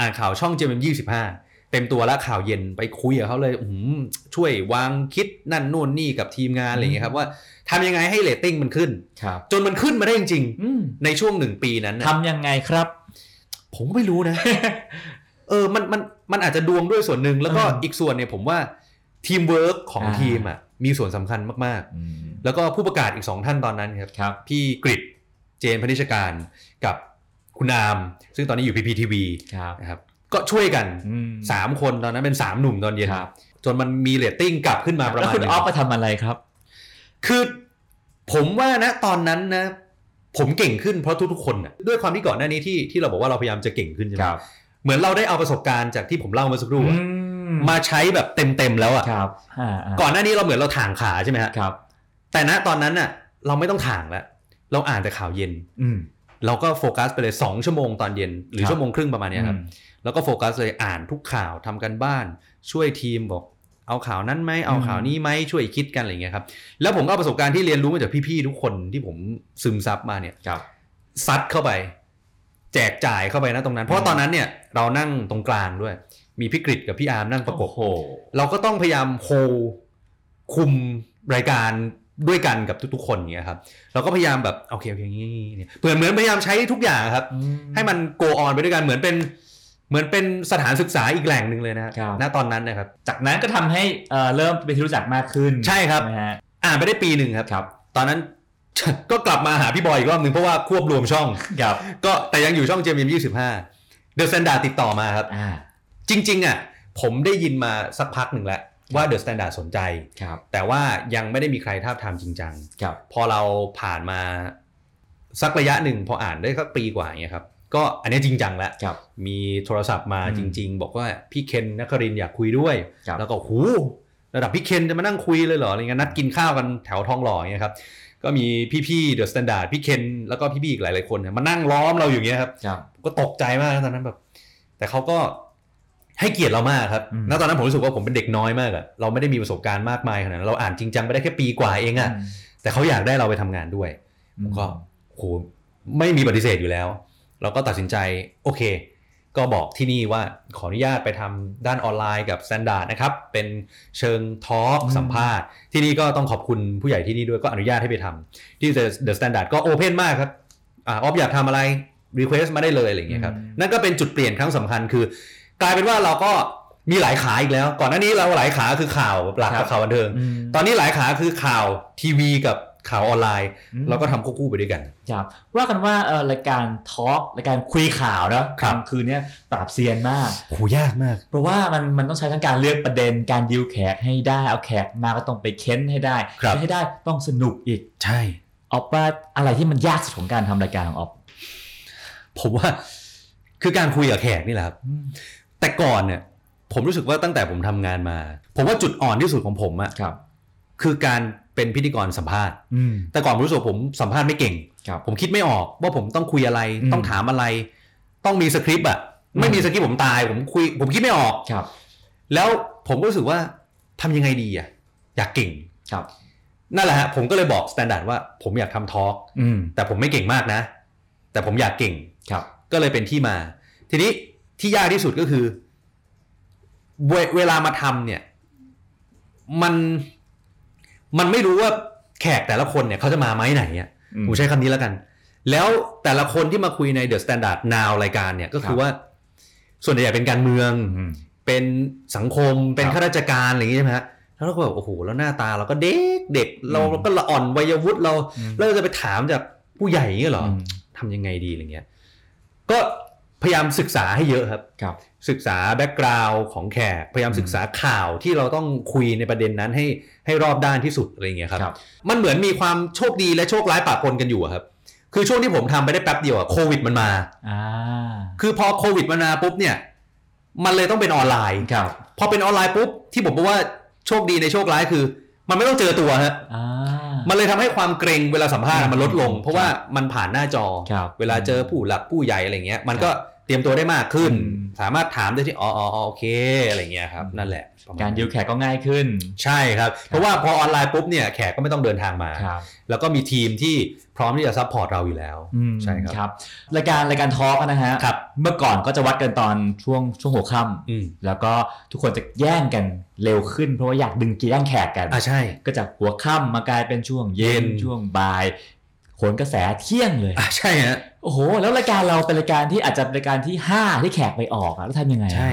[SPEAKER 1] อ่านข่าวช่อง JMM 25 เต็มตัวแล้วข่าวเย็นไปคุยกับเขาเลยอื้อหือช่วยวางคิดนั่นนู่นนี่กับทีมงานอะไรอย่างเงี้ยครับว่าทำยังไงให้เรตติ้งมันขึ้น
[SPEAKER 3] ครับ
[SPEAKER 1] จนมันขึ้นมาได้จริง
[SPEAKER 3] อืม
[SPEAKER 1] ๆ ในช่วงหนึ่งปีนั้นน่ะ
[SPEAKER 3] ทำยังไงครับ
[SPEAKER 1] ผมก็ไม่รู้นะ เออมันมันมันอาจจะดวงด้วยส่วนหนึ่งแล้วก็
[SPEAKER 3] อ่า
[SPEAKER 1] อีกส่วนเนี่ยผมว่าทีมเวิร์กของ
[SPEAKER 3] อ่า
[SPEAKER 1] ทีมอ่ะมีส่วนสำคัญมาก
[SPEAKER 3] อืม
[SPEAKER 1] ๆ แล้วก็ผู้ประกาศอีกสองท่านตอนนั้นครับ
[SPEAKER 3] ครับ
[SPEAKER 1] พี่กริดเจนพนิชการกับคุณอาม ซึ่งตอนนี้อยู่พีพีทีวี
[SPEAKER 3] ครับ
[SPEAKER 1] นะครับก็ช่วยกัน
[SPEAKER 3] อืม
[SPEAKER 1] สามคนตอนนั้นเป็นสามหนุ่มตอนเย็น
[SPEAKER 3] ครับ
[SPEAKER 1] จนมันมีเรตติ้งกลับขึ้นมาประ
[SPEAKER 3] แล้ว
[SPEAKER 1] มาณ
[SPEAKER 3] คุณ
[SPEAKER 1] หนึ่ง
[SPEAKER 3] ออฟมาทำอะไรครับ
[SPEAKER 1] คือผมว่านะตอนนั้นนะ ผมเก่งขึ้นเพราะทุกๆคนน่ะด้วยความที่ก่อนหน้านี้ที่ที่เราบอกว่าเราพยายามจะเก่งขึ้นใช่ไหมเหมือนเราได้เอาประสบการณ์จากที่ผมเล่าเมื่อสักครู่อะมาใช้แบบเต็มๆแล้วอ่ะ
[SPEAKER 3] ครับอ่าๆ
[SPEAKER 1] ก่อนหน้านี้เราเหมือนเราถ่างขาใช่ไหมฮะ
[SPEAKER 3] ครับ
[SPEAKER 1] แต่ณตอนนั้นน่ะ เราไม่ต้องถ่างแล้วเราอ่านแต่ข่าวเย็น
[SPEAKER 3] อืม
[SPEAKER 1] เราก็โฟกัสไปเลยสองชั่วโมงตอนเย็น หรือ
[SPEAKER 3] ครับ
[SPEAKER 1] ชั่วโมงครึ่งประมาณเนี้ยครับ แล้วก็โฟกัสเลยอ่านทุกข่าวทำกันบ้าน ช่วยทีมบอก เอาข่าวนั้นไหมเอาข่าวนี้ไหมช่วยคิดกันอะไรอย่างเงี้ยครับ แล้วผมก็เอาประสบการณ์ที่เรียนรู้มาจากพี่ๆทุกคนที่ผมซึมซับมาเนี่ย
[SPEAKER 3] ครับ
[SPEAKER 1] ซัดเข้าไป แจกจ่ายเข้าไปนะตรงนั้น เพราะว่าตอนนั้นเนี่ยเรานั่งตรงกลางด้วย มีพี่กริดกับพี่อาร์มนั่งประก
[SPEAKER 3] โอ้
[SPEAKER 1] บ
[SPEAKER 3] โห
[SPEAKER 1] เราก็ต้องพยายามโฮคุมรายการด้วยกันกับทุกๆ คนอย่างเงี้ยครับเราก็พยายามแบบโอเคโอเคอย่างงี้เนี่ยเหมือนเหมือนพยายามใช้ทุกอย่างครับ ให้มัน go on ไปด้วยกันเหมือนเป็นเหมือนเป็นสถานศึกษาอีกแหล่งหนึ่งเลยนะฮะ
[SPEAKER 3] ครับ
[SPEAKER 1] ณตอนนั้นนะครับ
[SPEAKER 3] จากนั้นก็ทำให้เอ่อเริ่มเป็นที่รู้จักมากขึ้น
[SPEAKER 1] ใช่ครับ
[SPEAKER 3] ไหมฮะ
[SPEAKER 1] อ่านไปได้ปีหนึ่งครับ
[SPEAKER 3] ครับ
[SPEAKER 1] ตอนนั้น <laughs> ก็กลับมาหาพี่บอยอีกรอบหนึ่งเพราะว่าควบรวมช่อง
[SPEAKER 3] ครับ
[SPEAKER 1] ก็แต่ยังอยู่ช่องเจมี่ยี่สิบห้าเดอะสแตนดาร์ดติดต่อมาครับ
[SPEAKER 3] อ่า
[SPEAKER 1] จริง ๆ อ่ะ ผมได้ยินมาสักพักหนึ่งแล้ว ว่าเดอะสแตนดาร์ดสนใจ
[SPEAKER 3] ครับ
[SPEAKER 1] แต่ว่ายังไม่ได้มีใครทาบทามจริงจัง
[SPEAKER 3] ครับ
[SPEAKER 1] พอเราผ่านมาสักระยะหนึ่งพออ่านได้สักปีกว่าอย่างเงี้ยครับก็อันนี้จริงจังแล้ว
[SPEAKER 3] ครับ
[SPEAKER 1] มีโทรศัพท์มา
[SPEAKER 3] อืม
[SPEAKER 1] จริง ๆ บอกว่าพี่เคนนักครินทร์อยากคุยด้วย
[SPEAKER 3] ครับ
[SPEAKER 1] แล้วก็หูระดับพี่เคนจะมานั่งคุยเลยเหรออะไรเงี้ยนัดกินข้าวกันแถวทองหล่ออย่างเงี้ยครับก็มีพี่ๆเดอะสแตนดาร์ดพี่เคนแล้วก็พี่ๆอีกหลายๆคนเนี่ยมานั่งล้อมเราอยูอย่างเงี้ยครับ
[SPEAKER 3] ครับ
[SPEAKER 1] ก็ตกใจมากนะตอนนั้นแบบ แต่เขาก็ให้เกียรติเรามากครับ
[SPEAKER 3] อืม
[SPEAKER 1] ณตอนนั้นผมรู้สึกว่าผมเป็นเด็กน้อยมากอะเราไม่ได้มีประสบการณ์มากมายขนาดนั้นเราอ่านจริงจังไปได้แค่ปีกว่าเองอะแต่เขาอยากได้เราไปทำงานด้วย
[SPEAKER 3] อืม
[SPEAKER 1] ก็โหไม่มีปฏิเสธอยู่แล้ว เราก็ตัดสินใจโอเค ก็บอกที่นี่ว่าขออนุญาตไปทำด้านออนไลน์กับ Standard นะครับ เป็นเชิงทอล์กสัมภาษณ์ ที่นี่ก็ต้องขอบคุณผู้ใหญ่ที่นี่ด้วยก็อนุญาตให้ไปทำที่ The The Standard ก็โอเพนมากครับอ่าออฟอยากทำอะไรรีเควสมาได้เลยอะไรอย่างเงี้ยครับนั่นก็เป็นจุดเปลี่ยนครั้งสำคัญคือ กลายเป็นว่าเราก็มีหลายขาอีกแล้ว ก่อนหน้านี้เราหลายขาคือข่าวหลักกับข่าวบันเทิง
[SPEAKER 3] อืม
[SPEAKER 1] ตอนนี้หลายขาคือข่าวทีวีกับ ข่าวออนไลน์
[SPEAKER 3] อืม
[SPEAKER 1] เราก็ทำควบคู่ไปด้วยกัน
[SPEAKER 3] ครับว่ากันว่าเอ่อรายการทอล์กรายการคุยข่าวนะครับ คืนเนี้ยปราบเซียนมาก
[SPEAKER 1] โหยากมาก
[SPEAKER 3] เพราะว่ามันมันต้องใช้ทั้งการเลือกประเด็นการดิวแขกให้ได้เอาแขกมาก็ต้องไปเค้นให้ได้
[SPEAKER 1] ครับ
[SPEAKER 3] เค้นให้ได้ต้องสนุกอีก
[SPEAKER 1] ใช่
[SPEAKER 3] ออฟว่าอะไรที่มันยากสุดของการทำรายการของออฟ
[SPEAKER 1] ผมว่าคือการคุยกับแขกนี่แหละครับ แต่ก่อนเนี่ยผมรู้สึกว่าตั้งแต่ผมทำงานมา ผมว่าจุดอ่อนที่สุดของผมอะ
[SPEAKER 3] ครับ
[SPEAKER 1] คือการเป็นพิธีกรสัมภาษณ์
[SPEAKER 3] อืม
[SPEAKER 1] แต่ก่อนผมรู้สึกว่าผมสัมภาษณ์ไม่เก่ง
[SPEAKER 3] ครับ
[SPEAKER 1] ผมคิดไม่ออกว่าผมต้องคุยอะไร
[SPEAKER 3] อืม
[SPEAKER 1] ต้องถามอะไร ต้องมีสคริปต์อะไม่มี
[SPEAKER 3] อืม
[SPEAKER 1] สคริปต์ผมตาย ผมคุย ผมคิดไม่ออก
[SPEAKER 3] ครับ
[SPEAKER 1] แล้วผมก็รู้สึกว่าทำยังไงดีอะอยากเก่ง
[SPEAKER 3] ครับ
[SPEAKER 1] นั่นแหละฮะผมก็เลยบอกสแตนดาร์ดว่าผมอยากทำทอล์ก
[SPEAKER 3] อืม
[SPEAKER 1] แต่ผมไม่เก่งมากนะ แต่ผมอยากเก่ง
[SPEAKER 3] ครับ
[SPEAKER 1] ก็เลยเป็นที่มา ทีนี้ที่ยากที่สุดก็คือเวเวลามาทำเนี่ย มันมันไม่รู้ว่าแขกแต่ละคนเนี่ยเขาจะมาไม้ไหนอ่ะ
[SPEAKER 3] อื
[SPEAKER 1] ผมใช้คำนี้แล้วกัน แล้วแต่ละคนที่มาคุยในเดอะสแตนดาร์ดนาวรายการเนี่ยก็คือว่า ส่วนใหญ่เป็นการเมือง
[SPEAKER 3] อืม
[SPEAKER 1] เป็นสังคมเป็น
[SPEAKER 3] ครับ
[SPEAKER 1] ข้าราชการอะไรอย่างนี้ใช่ไหมฮะแล้วเราก็แบบโอ้โหแล้วหน้าตาเราก็เด็กเด็กเรา
[SPEAKER 3] อืม
[SPEAKER 1] เราก็ละอ่อนวัยวุฒิเรา
[SPEAKER 3] อืม
[SPEAKER 1] แล้วเราจะไปถามจากผู้ใหญ่อย่างเงี้ยเหรอ
[SPEAKER 3] อืม
[SPEAKER 1] ทำยังไงดีอะไรเงี้ย ก็พยายามศึกษาให้เยอะครับ
[SPEAKER 3] ครับ
[SPEAKER 1] ศึกษาแบ็กกราวน์ของแขก พยายาม
[SPEAKER 3] อืม
[SPEAKER 1] ศึกษาข่าวที่เราต้องคุยในประเด็นนั้นให้ให้รอบด้านที่สุดอะไรเงี้ยครับ
[SPEAKER 3] ครับ
[SPEAKER 1] มันเหมือนมีความโชคดีและโชคร้ายปะปนกันอยู่อะครับ คือช่วงที่ผมทำไปได้แป๊บเดียวอะโควิดมันมา
[SPEAKER 3] อ่า
[SPEAKER 1] คือพอโควิดมันมาปุ๊บเนี่ย มันเลยต้องเป็นออนไลน์
[SPEAKER 3] ครับ
[SPEAKER 1] พอเป็นออนไลน์ปุ๊บที่ผมบอกว่าโชคดีในโชคร้ายคือ มันไม่ต้องเจอตัวฮะ
[SPEAKER 3] อ่า
[SPEAKER 1] มันเลยทำให้ความเกรงเวลาสัมภาษณ์อะ
[SPEAKER 3] อืม
[SPEAKER 1] มันลดลง
[SPEAKER 3] ครับ
[SPEAKER 1] เพราะว่ามันผ่านหน้าจอ
[SPEAKER 3] ครับ
[SPEAKER 1] เวลาเจอผู้หลักผู้ใหญ่อะไรเงี้ย มันก็เตรียมตัวได้มากขึ้น
[SPEAKER 3] อืม
[SPEAKER 1] สามารถถามได้ที่อ๋ออ๋ออ๋อโอเคอะไรเงี้ยครับนั่นแหละประมณ
[SPEAKER 3] การดิวแขกก็ง่ายขึ้น
[SPEAKER 1] ใช่ครับ เพราะว่าพอออนไลน์ปุ๊บเนี่ยแขกก็ไม่ต้องเดินทางมา
[SPEAKER 3] ครับ
[SPEAKER 1] แล้วก็มีทีมที่พร้อมที่จะซัพพอร์ตเราอยู่แล้ว
[SPEAKER 3] อืม
[SPEAKER 1] ใช่ครับ
[SPEAKER 3] รายการรายการทอล์กนะฮะ
[SPEAKER 1] ครับ
[SPEAKER 3] เมื่อก่อนก็จะวัดกันตอนช่วงช่วงหัวค่
[SPEAKER 1] อืม
[SPEAKER 3] ำแล้วก็ทุกคนจะแย่งกันเร็วขึ้น เพราะว่าอยากดึงกีแย่งแขกกัน
[SPEAKER 1] อ่าใช่
[SPEAKER 3] ก็จากหัวค่ำมากลายเป็นช่วงเย็น
[SPEAKER 1] เย็น
[SPEAKER 3] ช่วงบ่ายโขนกระแสเที่ยงเลย
[SPEAKER 1] อ่าใช่ฮะ
[SPEAKER 3] โอ้โห แล้วรายการเราเป็นรายการที่อาจจะเป็นรายการที่ 5 ที่แขกไปออกอะแล้วทำยังไงอะ
[SPEAKER 1] ใช่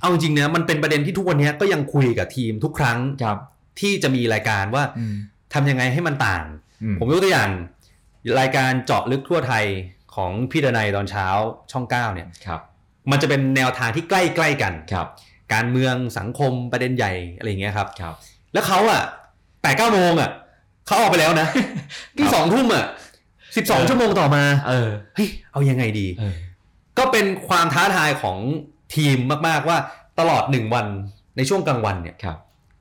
[SPEAKER 1] เอาจริงๆนะมันเป็นประเด็นที่ทุกวันเนี้ยก็ยังคุยกับทีมทุกครั้ง
[SPEAKER 3] ครับ
[SPEAKER 1] ที่จะมีรายการว่า
[SPEAKER 3] อืม
[SPEAKER 1] ทำยังไงให้มันต่าง
[SPEAKER 3] อื
[SPEAKER 1] ผมยกตัวอย่างรายการเจาะลึกทั่วไทยของพี่ดนัยตอนเช้าช่อง 9 เนี่ย
[SPEAKER 3] ครับ
[SPEAKER 1] มันจะเป็นแนวทางที่ใกล้ๆกัน
[SPEAKER 3] ครับ
[SPEAKER 1] การเมืองสังคมประเด็นใหญ่อะไรอย่างเงี้ยครับ
[SPEAKER 3] ครับ
[SPEAKER 1] แล้วเขาอ่ะแปดเก้าโมงอ่ะเขาออกไปแล้วนะ <laughs> ที่สองทุ่มอ่ะสิบสอง
[SPEAKER 3] เออ
[SPEAKER 1] ชั่วโมงต่อมา
[SPEAKER 3] เออ
[SPEAKER 1] เฮ้ยเอายังไงดี
[SPEAKER 3] เออ
[SPEAKER 1] ก็เป็นความท้าทายของทีมมากๆว่าตลอดหนึ่งวันในช่วงกลางวันเนี่ย
[SPEAKER 3] ครับ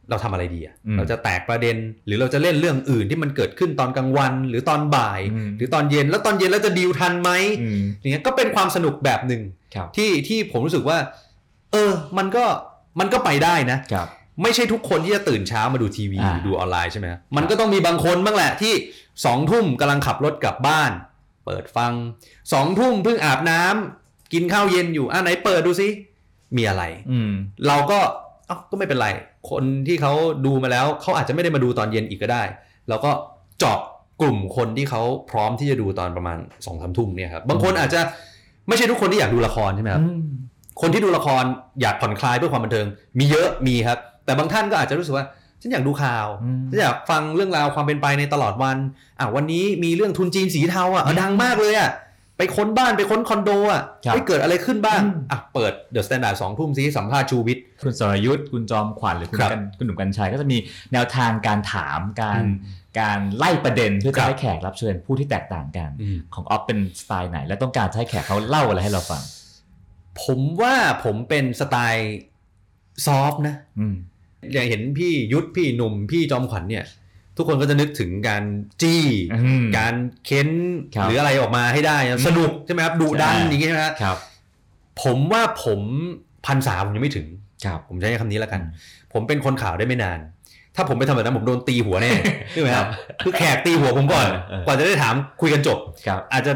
[SPEAKER 1] เราทำอะไรดีอะ
[SPEAKER 3] อืม
[SPEAKER 1] เราจะแตกประเด็น หรือเราจะเล่นเรื่องอื่นที่มันเกิดขึ้นตอนกลางวัน หรือตอนบ่าย
[SPEAKER 3] อืม
[SPEAKER 1] หรือตอนเย็นแล้วตอนเย็นเราจะดีลทันไหม
[SPEAKER 3] อืม
[SPEAKER 1] อย่างเงี้ยก็เป็นความสนุกแบบหนึ่ง
[SPEAKER 3] ครับ
[SPEAKER 1] ที่ที่ผมรู้สึกว่า เออ มันก็มันก็ไปได้นะ
[SPEAKER 3] ครับ
[SPEAKER 1] ไม่ใช่ทุกคนที่จะตื่นเช้ามาดูทีวี
[SPEAKER 3] อ่า
[SPEAKER 1] หรือดูออนไลน์ใช่ไหมมันก็ต้องมีบางคนบ้างแหละที่สองทุ่มกำลังขับรถกลับบ้าน เปิดฟังสองทุ่มเพิ่งอาบน้ำกินข้าวเย็นอยู่อ่ะไหนเปิดดูซิมีอะไร
[SPEAKER 3] อืม
[SPEAKER 1] เราก็เอ้าก็ไม่เป็นไร คนที่เขาดูมาแล้วเขาอาจจะไม่ได้มาดูตอนเย็นอีกก็ได้ แล้วก็เจาะกลุ่มคนที่เขาพร้อมที่จะดูตอนประมาณสองสามทุ่มเนี่ยครับ บางคนอาจจะไม่ใช่ทุกคนที่อยากดูละครใช่ไหมครับ
[SPEAKER 3] อืม
[SPEAKER 1] คนที่ดูละครอยากผ่อนคลายเพื่อความบันเทิง มีเยอะมีครับ แต่บางท่านก็อาจจะรู้สึกว่า ฉันอยากดูข่าว
[SPEAKER 3] อืม
[SPEAKER 1] ฉันอยากฟังเรื่องราวความเป็นไปในตลอดวัน อ่ะวันนี้มีเรื่องทุนจีนสีเทาอ่ะเออดังมากเลยอ่ะ ไปค้นบ้านไปค้นคอนโดอ่ะ
[SPEAKER 3] ครับ
[SPEAKER 1] ไ้ยเกิดอะไรขึ้นบ้าง
[SPEAKER 3] อืม
[SPEAKER 1] อ่ะเปิดเดอะสแตนดาร์ดสองทุ่มซีสัมภาษณ์ชูวิทย์
[SPEAKER 3] คุณสรยุทธ์คุณจอมขวัญหรือคุณ
[SPEAKER 1] ครับ
[SPEAKER 3] กันคุณหนุ่มกัญชัยก็จะมีแนวทางการถามการ
[SPEAKER 1] อืม
[SPEAKER 3] การไล่ประเด็นเพื่อ
[SPEAKER 1] ครั
[SPEAKER 3] จะ
[SPEAKER 1] บ
[SPEAKER 3] ให้แขกรับเชิญผู้ที่แตกต่างกัน ของออฟเป็นสไตล์ไหน และต้องการจะให้แขกเขาเล่าอะไรให้เราฟัง
[SPEAKER 1] ผมว่าผมเป็นสไตล์ซอฟต์นะ
[SPEAKER 3] อืม
[SPEAKER 1] อย่างเห็นพี่ยุทธพี่หนุ่มพี่จอมขวัญเนี่ย ทุกคนก็จะนึกถึงการจี้ การเค้น
[SPEAKER 3] ครับ
[SPEAKER 1] หรืออะไรออกมาให้ได้นะสนุกใช่ไหมครับดุดัน
[SPEAKER 3] ใช่
[SPEAKER 1] อย่างงี้ใช่ไหมฮะ
[SPEAKER 3] ครับ
[SPEAKER 1] ผมว่าผมพันสาผมยังไม่ถึง
[SPEAKER 3] ครับ
[SPEAKER 1] ผมใช้คำนี้แล้วกัน ผมเป็นคนข่าวได้ไม่นาน ถ้าผมไปทำแบบนั้นผมโดนตีหัวแน่
[SPEAKER 3] <laughs>
[SPEAKER 1] ใช่ไหมครับคือแขกตีหัวผมก่อน กว่าจะได้ถามคุยกันจบ
[SPEAKER 3] ครับ
[SPEAKER 1] อาจจะ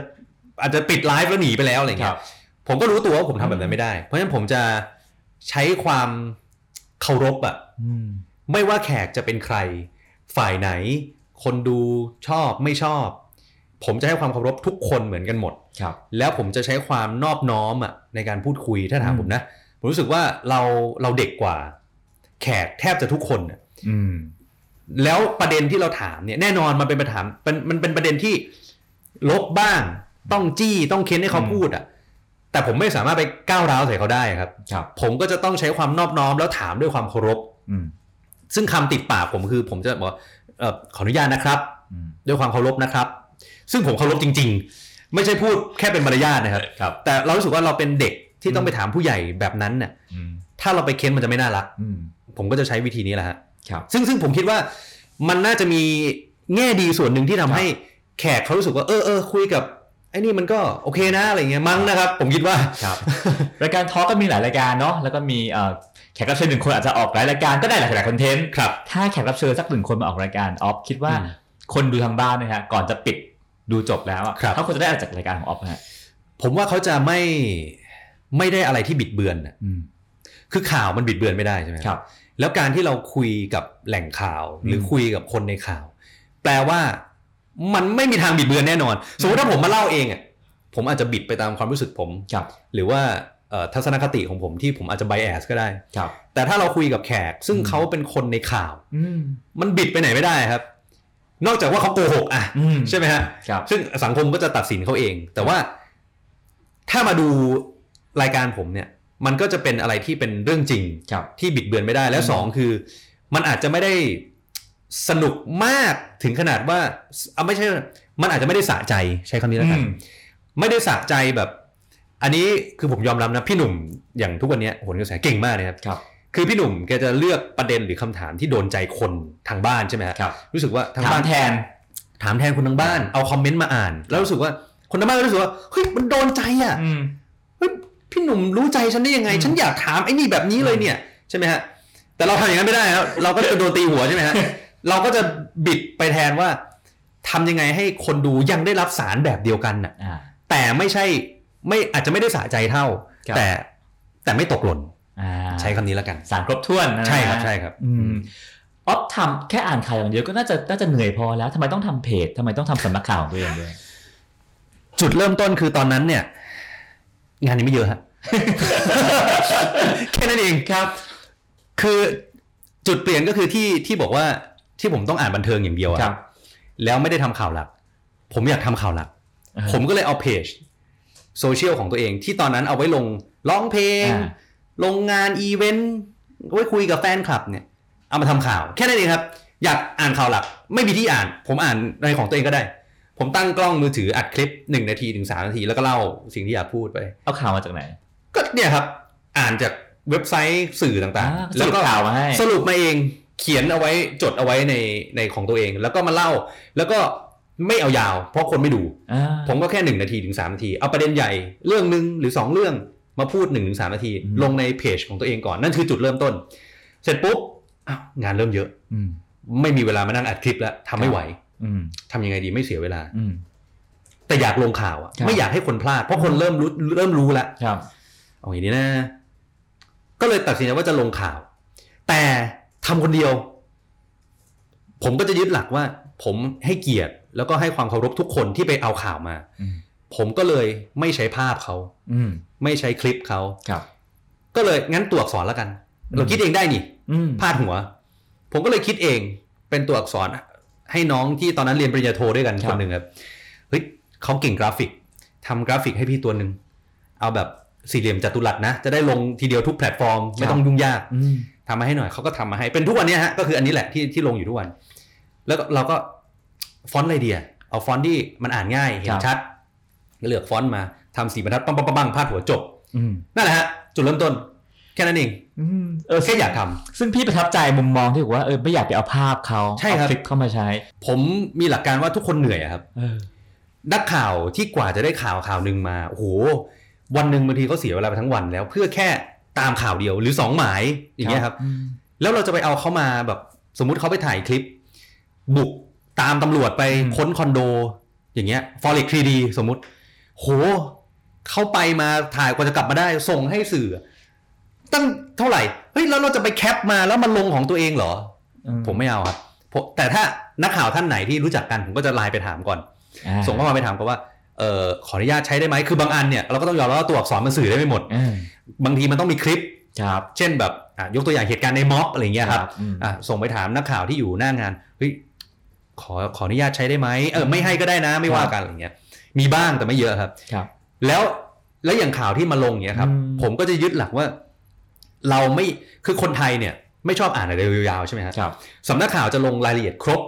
[SPEAKER 1] อาจจะปิดไลฟ์แล้วหนีไปแล้วอะไร
[SPEAKER 3] ค
[SPEAKER 1] เงี้
[SPEAKER 3] รั
[SPEAKER 1] ย
[SPEAKER 3] บ
[SPEAKER 1] ผมก็รู้ตัวว่าผมทำแบบนั้นไม่ได้ เพราะฉะนั้นผมจะใช้ความเคารพอะ
[SPEAKER 3] อืม
[SPEAKER 1] ไม่ว่าแขกจะเป็นใคร ฝ่ายไหน คนดูชอบไม่ชอบ ผมจะให้ความเคารพทุกคนเหมือนกันหมด
[SPEAKER 3] ครับ
[SPEAKER 1] แล้วผมจะใช้ความนอบน้อมอะในการพูดคุยถ้าถาม
[SPEAKER 3] อืม
[SPEAKER 1] ผมนะ ผมรู้สึกว่าเราเราเด็กกว่า แขกแทบจะทุกคนอะ
[SPEAKER 3] อืม
[SPEAKER 1] แล้วประเด็นที่เราถามเนี่ยแน่นอนมันเป็นประถามมันมันเป็นประเด็นที่ลบบ้าง ต้องจี้ต้องเค้นให้เขาพูดอ่ะแต่ผมไม่สามารถไปก้าวร้าวใส่เขาได้ครับ
[SPEAKER 3] ครับ
[SPEAKER 1] ผมก็จะต้องใช้ความนอบน้อมแล้วถามด้วยความเคารพ
[SPEAKER 3] อืม
[SPEAKER 1] ซึ่งคำติดปากผมคือ ผมจะบอกว่าเอ่อขออนุญาตนะครับ
[SPEAKER 3] อืม
[SPEAKER 1] ด้วยความเคารพนะครับ ซึ่งผมเคารพจริง ๆ ไม่ใช่พูดแค่เป็นมารยาทนะครับ
[SPEAKER 3] ครับ
[SPEAKER 1] แต่เรารู้สึกว่าเราเป็นเด็กที่ต้องไปถามผู้ใหญ่แบบนั้นน่ะ
[SPEAKER 3] อืม
[SPEAKER 1] ถ้าเราไปเค้นมันจะไม่น่ารัก
[SPEAKER 3] อืม
[SPEAKER 1] ผมก็จะใช้วิธีนี้แหละฮะ
[SPEAKER 3] ครับ
[SPEAKER 1] ซึ่งซึ่งผมคิดว่ามันน่าจะมีแง่ดีส่วนหนึ่งที่ทำให้แขกเขารู้สึกว่าเออเออคุยกับไอ้นี่มันก็โอเคนะอะไรเงี้ยมั้งนะครับ ผมคิดว่า
[SPEAKER 3] ครับ <laughs> รายการทอล์กก็มีหลายรายการเนาะแล้วก็มีเอ่อแขกรับเชิญหนึ่งคนอาจจะออกหลายรายการก็ได้หลายหลายคอนเทนต์
[SPEAKER 1] ครับ
[SPEAKER 3] ถ้าแขกรับเชิญสักหนึ่งคนมาออกรายการออฟคิดว่า
[SPEAKER 1] อืม
[SPEAKER 3] คนดูทางบ้านนะฮะก่อนจะปิดดูจบแล้วอะ
[SPEAKER 1] ครับ
[SPEAKER 3] เขาควรจะได้อะไรจากรายการของออฟฮะ
[SPEAKER 1] ผมว่าเขาจะไม่ไม่ได้อะไรที่บิดเบือนน่ะ
[SPEAKER 3] อืม
[SPEAKER 1] คือข่าวมันบิดเบือนไม่ได้ใช่ไหม
[SPEAKER 3] ครับ
[SPEAKER 1] แล้วการที่เราคุยกับแหล่งข่าว หรือ
[SPEAKER 3] ม
[SPEAKER 1] คุยกับคนในข่าว แปลว่ามันไม่มีทางบิดเบือนแน่นอน สมมติถ้าผมมาเล่าเองอ่ะผมอาจจะบิดไปตามความรู้สึกผม
[SPEAKER 3] ครับ
[SPEAKER 1] หรือว่าเอ่อทัศนคติของผมที่ผมอาจจะไบแอสก็ได้
[SPEAKER 3] ครับ
[SPEAKER 1] แต่ถ้าเราคุยกับแขกซึ่ง
[SPEAKER 3] อืม
[SPEAKER 1] เขาเป็นคนในข่าว
[SPEAKER 3] อืม
[SPEAKER 1] มันบิดไปไหนไม่ได้ครับ นอกจากว่าเขาโกหกอ่ะ
[SPEAKER 3] อืม
[SPEAKER 1] ใช่ไหมฮะ
[SPEAKER 3] ครับ
[SPEAKER 1] ซึ่งสังคมก็จะตัดสินเขาเอง แต่ว่าถ้ามาดูรายการผมเนี่ย มันก็จะเป็นอะไรที่เป็นเรื่องจริง
[SPEAKER 3] ครับ
[SPEAKER 1] ที่บิดเบือนไม่ได้และสองคือ มันอาจจะไม่ได้สนุกมากถึงขนาดว่าเอาไม่ใช่ มันอาจจะไม่ได้สะใจใช้คำนี้แล้วกัน
[SPEAKER 3] อืม
[SPEAKER 1] ไม่ได้สะใจแบบ อันนี้คือผมยอมรับนะพี่หนุ่มอย่างทุกวันเนี้ยโหนกระแสเก่งมากนะครับ
[SPEAKER 3] ครับ
[SPEAKER 1] คือพี่หนุ่มแกจะเลือกประเด็นหรือคำถามที่โดนใจคนทางบ้านใช่ไหมฮะ
[SPEAKER 3] ครับ
[SPEAKER 1] รู้สึกว่าทาง
[SPEAKER 3] ถาม
[SPEAKER 1] บ้าน
[SPEAKER 3] แทน
[SPEAKER 1] ถามแทนคนทางบ้านเอาคอมเมนต์มาอ่าน แล้วรู้สึกว่าคนทางบ้านก็รู้สึกว่าเฮ้ยมันโดนใจอ่ะ
[SPEAKER 3] อืม
[SPEAKER 1] เฮ้ยพี่หนุ่มรู้ใจฉันได้ยังไง
[SPEAKER 3] อืม
[SPEAKER 1] ฉันอยากถามไอ้นี่แบบนี้เลยเนี่ยใช่ไหมฮะแต่เราทำอย่างนั้นไม่ได้ครับเราก็จะโดนตีหัวใช่ไหมฮะเราก็จะบิดไปแทนว่าทำยังไงให้คนดูยังได้รับสารแบบเดียวกันน่ะ
[SPEAKER 3] อ่า
[SPEAKER 1] แต่ไม่ใช่ไม่อาจจะไม่ได้สะใจเท่า
[SPEAKER 3] ครับ
[SPEAKER 1] แต่แต่ไม่ตกหล่น
[SPEAKER 3] อ่า
[SPEAKER 1] ใช้คำนี้แล้วกัน
[SPEAKER 3] สารครบถ้วนนะ
[SPEAKER 1] ใช่ครับใช่ครับ
[SPEAKER 3] อืมออฟทำแค่อ่านข่าวอย่างเดียวก็น่าจะน่าจะเหนื่อยพอแล้วทำไมต้องทำเพจทำไมต้องทำสำนักข่าวของตัวเองด้วย
[SPEAKER 1] จุดเริ่มต้นคือตอนนั้นเนี่ย งานนี้ไม่เยอะฮะ <laughs> แค่นั้นเองครับ คือจุดเปลี่ยนก็คือที่ที่บอกว่าที่ผมต้องอ่านบันเทิงอย่างเดียวอะ
[SPEAKER 3] ครับ
[SPEAKER 1] แล้วไม่ได้ทำข่าวหลัก ผมอยากทำข่าวหลัก
[SPEAKER 3] อ่าฮะ
[SPEAKER 1] ผมก็เลยเอาเพจโซเชียลของตัวเอง ที่ตอนนั้นเอาไว้ลงร้องเพลง
[SPEAKER 3] อ่า
[SPEAKER 1] ลงงานอีเวนต์ไว้คุยกับแฟนคลับเนี่ย เอามาทำข่าว แค่นั้นเองครับ อยากอ่านข่าวหลัก ไม่มีที่อ่าน ผมอ่านในของตัวเองก็ได้ ผมตั้งกล้องมือถืออัดคลิปหนึ่งนาทีถึงสามนาที แล้วก็เล่าสิ่งที่อยากพูดไป
[SPEAKER 3] เอาข่าวมาจากไหน
[SPEAKER 1] ก็เนี่ยครับ อ่านจากเว็บไซต์สื่อต่าง
[SPEAKER 3] อ่า
[SPEAKER 1] ๆ
[SPEAKER 3] ส
[SPEAKER 1] แล้ว
[SPEAKER 3] รุป
[SPEAKER 1] ก็
[SPEAKER 3] ข่าวมาให้
[SPEAKER 1] สรุปมาเองเขียนเอาไว้จดเอาไว้ในในของตัวเอง แล้วก็มาเล่า แล้วก็ไม่เอายาว เพราะคนไม่ดู
[SPEAKER 3] อ่า
[SPEAKER 1] ผมก็แค่หนึ่งนาทีถึงสามนาที เอาประเด็นใหญ่เรื่องหนึ่งหรือสองเรื่องมาพูดหนึ่งถึงสามนาที
[SPEAKER 3] อืม
[SPEAKER 1] ลงในเพจของตัวเองก่อนนั่นคือจุดเริ่มต้น เสร็จปุ๊บอ้าวงานเริ่มเยอะ
[SPEAKER 3] อืม
[SPEAKER 1] ไม่มีเวลามานั่งอัดคลิปแล้วทำไม่ไหว
[SPEAKER 3] อืม
[SPEAKER 1] ทำยังไงดีไม่เสียเวลา
[SPEAKER 3] อืม
[SPEAKER 1] แต่อยากลงข่าวอะ
[SPEAKER 3] ครับ
[SPEAKER 1] ไม่อยากให้คนพลาด เพราะคนเริ่มรู้เริ่มรู้แล้ว
[SPEAKER 3] ครับ
[SPEAKER 1] เอาอย่างนี้นะ ก็เลยตัดสินใจว่าจะลงข่าว แต่ทำคนเดียว ผมก็จะยึดหลักว่า ผมให้เกียรติแล้วก็ให้ความเคารพทุกคนที่ไปเอาข่าวมา
[SPEAKER 3] อืม
[SPEAKER 1] ผมก็เลยไม่ใช้ภาพเขา
[SPEAKER 3] อืม
[SPEAKER 1] ไม่ใช้คลิปเขา
[SPEAKER 3] ครับ
[SPEAKER 1] ก็เลยงั้นตัวอักษรแล้วกัน เราคิดเองได้นี่
[SPEAKER 3] อืม
[SPEAKER 1] พาดหัว ผมก็เลยคิดเองเป็นตัวอักษร ให้น้องที่ตอนนั้นเรียนปริญญาโทด้วยกัน
[SPEAKER 3] ค
[SPEAKER 1] ค
[SPEAKER 3] รับ
[SPEAKER 1] นหนึ่งครับเฮ้ยเขาเก่งกราฟิกทำกราฟิกให้พี่ตัวหนึ่งเอาแบบสี่เหลี่ยมจัตุรัสนะ จะได้ลงทีเดียวทุกแพลตฟอร์ม ไม่ต้องยุ่งยาก
[SPEAKER 3] อืม
[SPEAKER 1] ทำมาให้หน่อยเขาก็ทำมาให้เป็นทุกวันเนี้ยฮะก็คืออันนี้แหละที่ที่ลงอยู่ทุกวัน แล้วก็เราก็ฟอนต์อะไรเดียเอาฟอนต์ที่มันอ่านง่ายเห็
[SPEAKER 3] คน รับ
[SPEAKER 1] ชัดก็เลือกฟอนต์มาทำสีบรรทัดปังปังปังปังพาดหัวจบ
[SPEAKER 3] อืม
[SPEAKER 1] นั่นแหละฮะจุดเริ่มต้น แค่นั้นเอง
[SPEAKER 3] อืม เออ
[SPEAKER 1] แค่
[SPEAKER 3] ซึ่ง
[SPEAKER 1] อยากทำ
[SPEAKER 3] ซึ่งพี่ประทับใจมุมมองที่บอกว่าเออไม่อยากไปเอาภาพเขา
[SPEAKER 1] ใช่ครับ
[SPEAKER 3] เอาคลิปเข้ามาใช้
[SPEAKER 1] ผมมีหลักการว่าทุกคนเหนื่อยอะครับ
[SPEAKER 3] เออ
[SPEAKER 1] นักข่าวที่กว่าจะได้ข่าวข่าวหนึ่งมาโอ้โหวันหนึ่งบางทีเขาเสียเวลาไปทั้งวันแล้วเพื่อแค่ตามข่าวเดียวหรือสองหมายอย่างเงี้ยครับ
[SPEAKER 3] อืม
[SPEAKER 1] แล้วเราจะไปเอาเขามาแบบสมมุติเขาไปถ่ายคลิป บุกตามตำรวจไป
[SPEAKER 3] อืม
[SPEAKER 1] ค้นคอนโด อย่างเงี้ยฟอเร็กทรีดีสมมุติ โหเข้าไปมาถ่ายกว่าจะกลับมาได้ ส่งให้สื่อ ตั้งเท่าไหร่เฮ้ยแล้วเราจะไปแคปมาแล้วมาลงของตัวเองเหรอ
[SPEAKER 3] อื
[SPEAKER 1] ผมไม่เอาครับผมแต่ถ้านักข่าวท่านไหนที่รู้จักกันผมก็จะไลน์ไปถามก่อน
[SPEAKER 3] อ่า
[SPEAKER 1] ส่งข้อความไปถามก่อนว่าเออขออนุญาตใช้ได้ไหมคือบางอันเนี่ยเราก็ต้องยอมรับว่าตัวอักษรมันสื่อได้ไม่หมด
[SPEAKER 3] เออบ
[SPEAKER 1] างทีมันต้องมีคลิป
[SPEAKER 3] ครับ
[SPEAKER 1] เช่นแบบอ่ะยกตัวอย่างเหตุการณ์ในม็อบอะไรอย่างเงี้ยครับ
[SPEAKER 3] อืม
[SPEAKER 1] อ่ะส่งไปถามนักข่าวที่อยู่หน้างานเฮ้ยขอขออนุญาตใช้ได้ไหมเออไม่ให้ก็ได้นะไม่ว่ากันอะไรอย่างเงี้ยมีบ้างแต่ไม่เยอะครับ
[SPEAKER 3] ครับ
[SPEAKER 1] แล้วแล้วอย่างข่าวที่มาลงเนี่ยครับ
[SPEAKER 3] อืม
[SPEAKER 1] ผมก็จะยึดหลักว่า เราไม่คือคนไทยเนี่ย ไม่ชอบอ่านอะไรยาวๆใช่ไหมครับ
[SPEAKER 3] ครับ
[SPEAKER 1] สำนักข่าวจะลงรายละเอียดครบ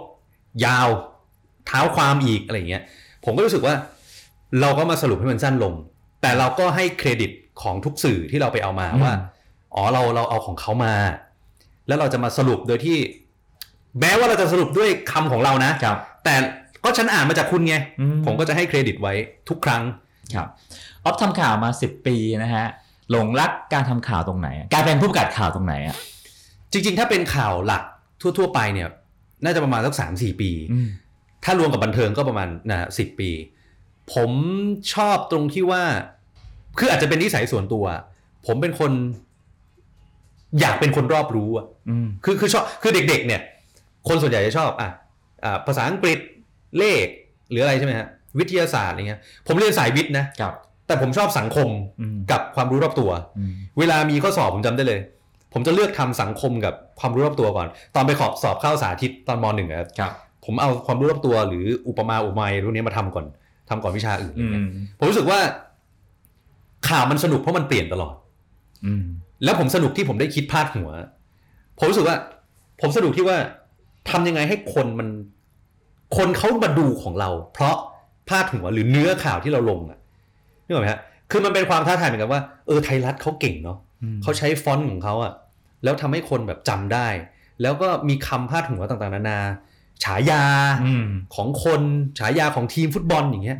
[SPEAKER 1] ยาว เท้าความอีกอะไรอย่างเงี้ยผมก็รู้สึกว่า เราก็มาสรุปให้มันสั้นลง แต่เราก็ให้เครดิตของทุกสื่อที่เราไปเอามา
[SPEAKER 3] อืม
[SPEAKER 1] ว่าอ๋อเราเราเอาของเขามา แล้วเราจะมาสรุปโดยที่ แม้ว่าเราจะสรุปด้วยคำของเรานะ
[SPEAKER 3] ครับ
[SPEAKER 1] แต่ก็ฉันอ่านมาจากคุณไง
[SPEAKER 3] อืม
[SPEAKER 1] ผมก็จะให้เครดิตไว้ทุกครั้ง
[SPEAKER 3] ครับออฟทำข่าวมา 10 ปีนะฮะหลงรักการทำข่าวตรงไหนอะการเป็นผู้ประกาศข่าวตรงไหนอ่ะ
[SPEAKER 1] จริง ๆ ถ้าเป็นข่าวหลักทั่ว ๆ ไปเนี่ย น่าจะประมาณสักสามสี่ปี
[SPEAKER 3] อืม
[SPEAKER 1] ถ้ารวมกับบันเทิงก็ประมาณนะสิบปี ผมชอบตรงที่ว่า คืออาจจะเป็นนิสัยส่วนตัว ผมเป็นคน อยากเป็นคนรอบรู้อะ
[SPEAKER 3] อืม
[SPEAKER 1] คือคือชอบคือเด็ก ๆ เนี่ย คนส่วนใหญ่จะชอบอ่ะอ่าภาษาอังกฤษเลข หรืออะไรใช่ไหมฮะวิทยาศาสตร์อะไรเงี้ยผมเรียนสายวิทย์นะครับ แต่ผมชอบสังคม
[SPEAKER 3] อืม
[SPEAKER 1] กับความรู้รอบตัว
[SPEAKER 3] อืม
[SPEAKER 1] เวลามีข้อสอบผมจำได้เลย ผมจะเลือกทำสังคมกับความรู้รอบตัวก่อน ตอนไปขอบสอบเข้าสาธิตตอนมหนึ่งอะครับ
[SPEAKER 3] ครับ
[SPEAKER 1] ผมเอาความรู้รอบตัวหรืออุปมาอุปไมยพวกนี้มาทำก่อนทำก่อนวิชาอื่นอะไร
[SPEAKER 3] อื
[SPEAKER 1] เงี้ย
[SPEAKER 3] ม
[SPEAKER 1] ผมรู้สึกว่าข่าวมันสนุกเพราะมันเปลี่ยนตลอด
[SPEAKER 3] อืม
[SPEAKER 1] แล้วผมสนุกที่ผมได้คิดพลาดหัว ผมรู้สึกว่า ผมสนุกที่ว่าทำยังไงให้คนมัน คนเขามาดูของเรา เพราะพลาดหัวหรือเนื้อข่าวที่เราลงอะนึกออกไหมฮะคือมันเป็นความท้าทายเหมือนกันว่าเออไทยรัฐเขาเก่งเนาะ
[SPEAKER 3] อืม
[SPEAKER 1] เขาใช้ฟอนต์ของเขาอะแล้วทำให้คนแบบจำได้ แล้วก็มีคำพาดหัวต่างๆ นานา ฉายา
[SPEAKER 3] อืม
[SPEAKER 1] ของคนฉายาของทีมฟุตบอลอย่างเงี้ย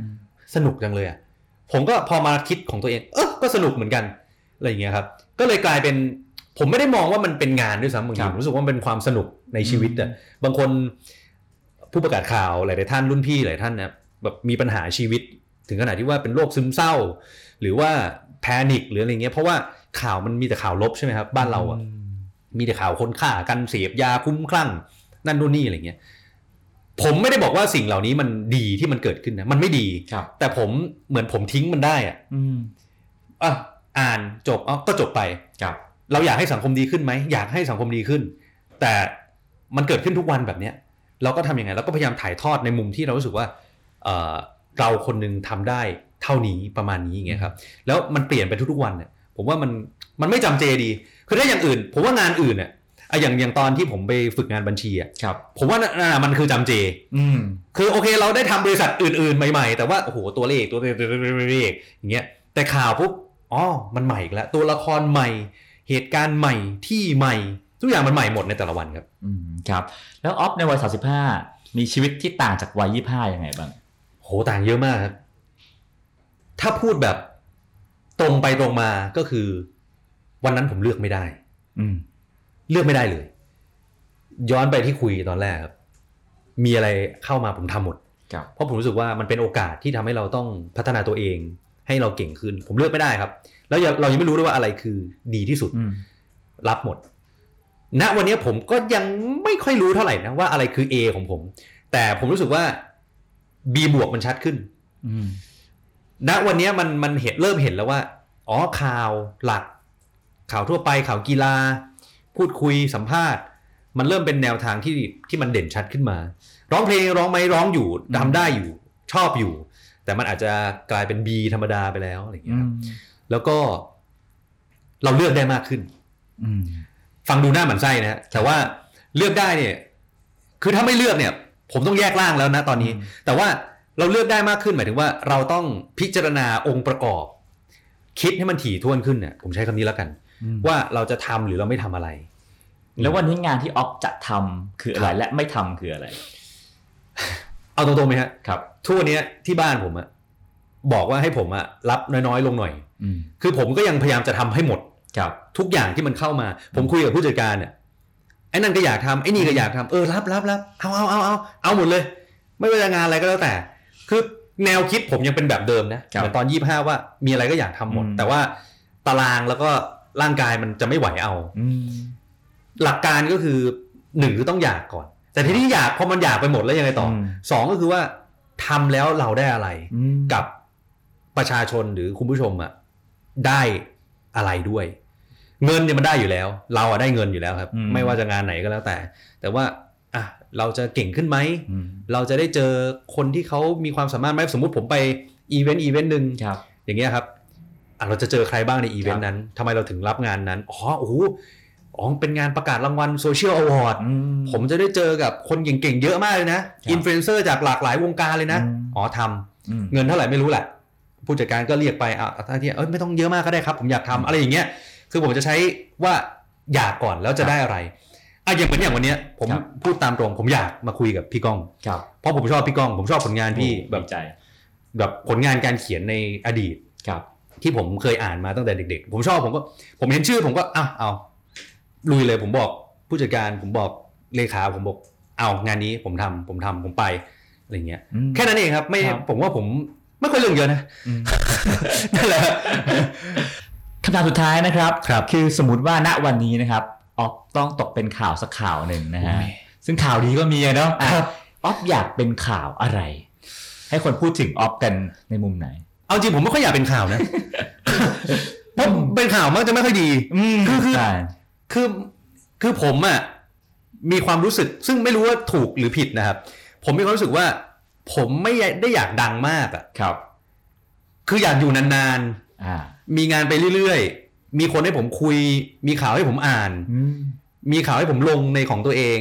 [SPEAKER 1] สนุกจังเลยอะผมก็พอมาคิดของตัวเอง เออก็สนุกเหมือนกันอะไรอย่างเงี้ยครับ ก็เลยกลายเป็นผมไม่ได้มองว่ามันเป็นงานด้วยซ้ำบางทีผมรู้สึกว่ามันเป็นความสนุกในชีวิตอะบางคนผู้ประกาศข่าวหลายๆท่านรุ่นพี่หลายท่านนะแบบมีปัญหาชีวิต ถึงขนาดที่ว่าเป็นโรคซึมเศร้า หรือว่าแพนิคหรืออะไรเงี้ยเพราะว่าข่าวมันมีแต่ข่าวลบใช่ไหมครับบ้านเราอะ
[SPEAKER 3] ม
[SPEAKER 1] มีแต่ข่าวคนฆ่ากันเสพยาคุ้มคลั่ง นั่นนู่นนี่อะไรเงี้ยผมไม่ได้บอกว่าสิ่งเหล่านี้มันดีที่มันเกิดขึ้นนะมันไม่ดี
[SPEAKER 3] ครับ
[SPEAKER 1] แต่ผมเหมือนผมทิ้งมันได้อะ
[SPEAKER 3] อืม
[SPEAKER 1] อ่ะอ่านจบอ๋อก็จบไป
[SPEAKER 3] ครับ
[SPEAKER 1] เราอยากให้สังคมดีขึ้นไหมอยากให้สังคมดีขึ้น แต่มันเกิดขึ้นทุกวันแบบเนี้ยเราก็ทำยังไงเราก็พยายามถ่ายทอดในมุมที่เรารู้สึกว่าเอ่อเราคนหนึงทำได้เท่านี้ประมาณนี้อย่างเงี้ยครับแล้วมันเปลี่ยนไปทุกๆวันเนี่ยผมว่ามันมันไม่จำเจดี คือถ้าอย่างอื่น ผมว่างานอื่นเนี่ยอะอย่างอย่างตอนที่ผมไปฝึกงานบัญชีอ่ะ
[SPEAKER 3] ครับ
[SPEAKER 1] ผมว่าน่ะน่ะมันคือจำเจ
[SPEAKER 3] อืม
[SPEAKER 1] คือโอเคเราได้ทำบริษัทอื่นๆ ใหม่ๆ แต่ว่าโอ้โหตัวเลขตัวเลขตัวเลขอย่างเงี้ยแต่ข่าวปุ๊บอ๋อมันใหม่อีกแล้วตัวละครใหม่ เหตุการณ์ใหม่ที่ใหม่ ทุกอย่างมันใหม่หมดในแต่ละวันครับ
[SPEAKER 3] อืม ครับ แล้วออฟในวัย 35 มีชีวิตที่ต่างจากวัย 25 ยังไงบ้าง
[SPEAKER 1] โหต่างเยอะมากครับ ถ้าพูดแบบตรงไปตรงมาก็คือ วันนั้นผมเลือกไม่ได้
[SPEAKER 3] อืม
[SPEAKER 1] เลือกไม่ได้เลย ย้อนไปที่คุยตอนแรกครับ มีอะไรเข้ามาผมทำหมด
[SPEAKER 3] ครับ
[SPEAKER 1] เพราะผมรู้สึกว่ามันเป็นโอกาสที่ทำให้เราต้องพัฒนาตัวเอง ให้เราเก่งขึ้น ผมเลือกไม่ได้ครับ แล้วอย่าเรายังไม่รู้ด้วยว่าอะไรคือดีที่สุด
[SPEAKER 3] อืม
[SPEAKER 1] รับหมดณวันนี้ผมก็ยังไม่ค่อยรู้เท่าไหร่นะว่าอะไรคือ A ของผม แต่ผมรู้สึกว่า B บวกมันชัดขึ้น
[SPEAKER 3] อืม
[SPEAKER 1] ณวันนี้มันมันเห็นเริ่มเห็นแล้วว่า อ๋อข่าวหลัก ข่าวทั่วไปข่าวกีฬา พูดคุยสัมภาษณ์ มันเริ่มเป็นแนวทางที่ที่มันเด่นชัดขึ้นมา ร้องเพลงร้องไหมร้องอยู่
[SPEAKER 3] อืม
[SPEAKER 1] ทำได้อยู่ ชอบอยู่ แต่มันอาจจะกลายเป็น B ธรรมดาไปแล้วอะไรอย่างเงี้
[SPEAKER 3] อื
[SPEAKER 1] ยครั
[SPEAKER 3] ม
[SPEAKER 1] บแล้วก็เราเลือกได้มากขึ้น
[SPEAKER 3] อืม
[SPEAKER 1] ฟังดูหน้าหมันไส้นะฮะแต่ว่าเลือกได้เนี่ย คือถ้าไม่เลือกเนี่ย ผมต้องแยกร่างแล้วนะตอนนี้
[SPEAKER 3] อืม
[SPEAKER 1] แต่ว่าเราเลือกได้มากขึ้นหมายถึงว่า เราต้องพิจารณาองค์ประกอบ คิดให้มันถี่ถ้วนขึ้นเนี่ยผมใช้คำนี้แล้วกัน
[SPEAKER 3] อืม
[SPEAKER 1] ว่าเราจะทำหรือเราไม่ทำอะไร
[SPEAKER 3] แล้ววันนี้งานที่ออฟจะทำคืออะไร และไม่ทำคืออะไร
[SPEAKER 1] เอาตรงๆไหมฮะ
[SPEAKER 3] ครับ
[SPEAKER 1] ทุกวันเนี้ยที่บ้านผมอะบอกว่าให้ผมอะรับน้อยๆลงหน่อย
[SPEAKER 3] อืม
[SPEAKER 1] คือผมก็ยังพยายามจะทำให้หมด
[SPEAKER 3] ครับ
[SPEAKER 1] ทุกอย่างที่มันเข้ามา ผมคุยกับผู้จัดการเนี่ยไอ้นั่นก็อยากทำไอ้นี่ก็อยากทำเออรับรับรับเอาเอาเอาเอาเอาหมดเลย ไม่ว่าจะงานอะไรก็แล้วแต่ คือแนวคิดผมยังเป็นแบบเดิมนะครับเหมือนตอนยี่ห้าว่ามีอะไรก็อยากทำหมด
[SPEAKER 3] อืม
[SPEAKER 1] แต่ว่าตารางแล้วก็ร่างกายมันจะไม่ไหวเอา
[SPEAKER 3] อืม
[SPEAKER 1] หลักการก็คือหนึ่งคือต้องอยากก่อน แต่ทีนี้อยากพอมันอยากไปหมดแล้วยังไงต่ออ
[SPEAKER 3] ม
[SPEAKER 1] สองก็คือว่าทำแล้วเราได้อะไร
[SPEAKER 3] อืม
[SPEAKER 1] กับประชาชนหรือคุณผู้ชมอะได้อะไรด้วย เงินเนี่ยมันได้อยู่แล้ว เราอะได้เงินอยู่แล้วครับ
[SPEAKER 3] อืม
[SPEAKER 1] ไม่ว่าจะงานไหนก็แล้วแต่ แต่ว่าอ่ะเราจะเก่งขึ้นไหม
[SPEAKER 3] อืม
[SPEAKER 1] เราจะได้เจอคนที่เขามีความสามารถไหมสมมติผมไปอีเวนต์อีเวนต์หนึ่ง
[SPEAKER 3] ครับ
[SPEAKER 1] อย่างเงี้ยครับอ่ะเราจะเจอใครบ้างในอีเวนต์นั้นทำไมเราถึงรับงานนั้นอ๋อโอ้โหอ๋อเป็นงานประกาศรางวัลโซเชียลอวอร์ด ผมจะได้เจอกับคนเก่งๆ เยอะมากเลยนะครับ อินฟลูเอนเซอร์จากหลากหลายวงการเลยนะ
[SPEAKER 3] อืม
[SPEAKER 1] อ๋อท
[SPEAKER 3] อืม
[SPEAKER 1] ำเงินเท่าไหร่ไม่รู้แหละ ผู้จัดการก็เรียกไปอ่ะท่าที่เอ้ยไม่ต้องเยอะมากก็ได้ครับ ผมอยากทำอะไรอย่างเงี้ย คือผมจะใช้ว่าอยากก่อนแล้วจะได้อะไรอ่ะอย่างเหมือนอย่างวันเนี้ยผม
[SPEAKER 3] ครับ
[SPEAKER 1] พูดตามตรงผมอยากมาคุยกับพี่ก้อง
[SPEAKER 3] ครับ
[SPEAKER 1] เพราะผมชอบพี่ก้อง ผมชอบผลงานพี่แบบ
[SPEAKER 3] ดีใจ
[SPEAKER 1] แบบผลงานการเขียนในอดีต
[SPEAKER 3] ครับ
[SPEAKER 1] ที่ผมเคยอ่านมาตั้งแต่เด็ก ๆ ผมชอบผมก็ผมเห็นชื่อผมก็อ้าวเอาลุยเลยผมบอกผู้จัดการผมบอกเลขาผมบอกเอางานนี้ผมทำผมทำผมไปอะไรเงี้ยแค่นั้นเองครับไม่
[SPEAKER 3] ครับ
[SPEAKER 1] ผมว่าผมไม่ค่อยเรื่องเยอะนะ
[SPEAKER 3] อืม
[SPEAKER 1] <laughs> นั่นแหละ
[SPEAKER 3] คำถามสุดท้ายนะครับ
[SPEAKER 1] ครับ
[SPEAKER 3] คือสมมติว่าณวันนี้นะครับออฟต้องตกเป็นข่าวสักข่าวหนึ่งนะฮะ
[SPEAKER 1] โอ้ย
[SPEAKER 3] ซึ่งข่าวดีก็มีอะเนาะอ่ะออฟอยากเป็นข่าวอะไร ให้คนพูดถึงออฟกันในมุมไหน
[SPEAKER 1] เอาจริงผมไม่ค่อยอยากเป็นข่าวนะ เพราะเป็นข่าวมักจะไม่ค่อยดี
[SPEAKER 3] อืม
[SPEAKER 1] คือคือ
[SPEAKER 3] ใช่
[SPEAKER 1] คือคือผมอะมีความรู้สึก ซึ่งไม่รู้ว่าถูกหรือผิดนะครับ ผมมีความรู้สึกว่า ผมไม่ได้อยากดังมากอะ
[SPEAKER 3] ครับ
[SPEAKER 1] คืออยากอยู่นานๆ
[SPEAKER 3] อ่า
[SPEAKER 1] มีงานไปเรื่อยๆ มีคนให้ผมคุย มีข่าวให้ผมอ่าน
[SPEAKER 3] อืม
[SPEAKER 1] มีข่าวให้ผมลงในของตัวเอง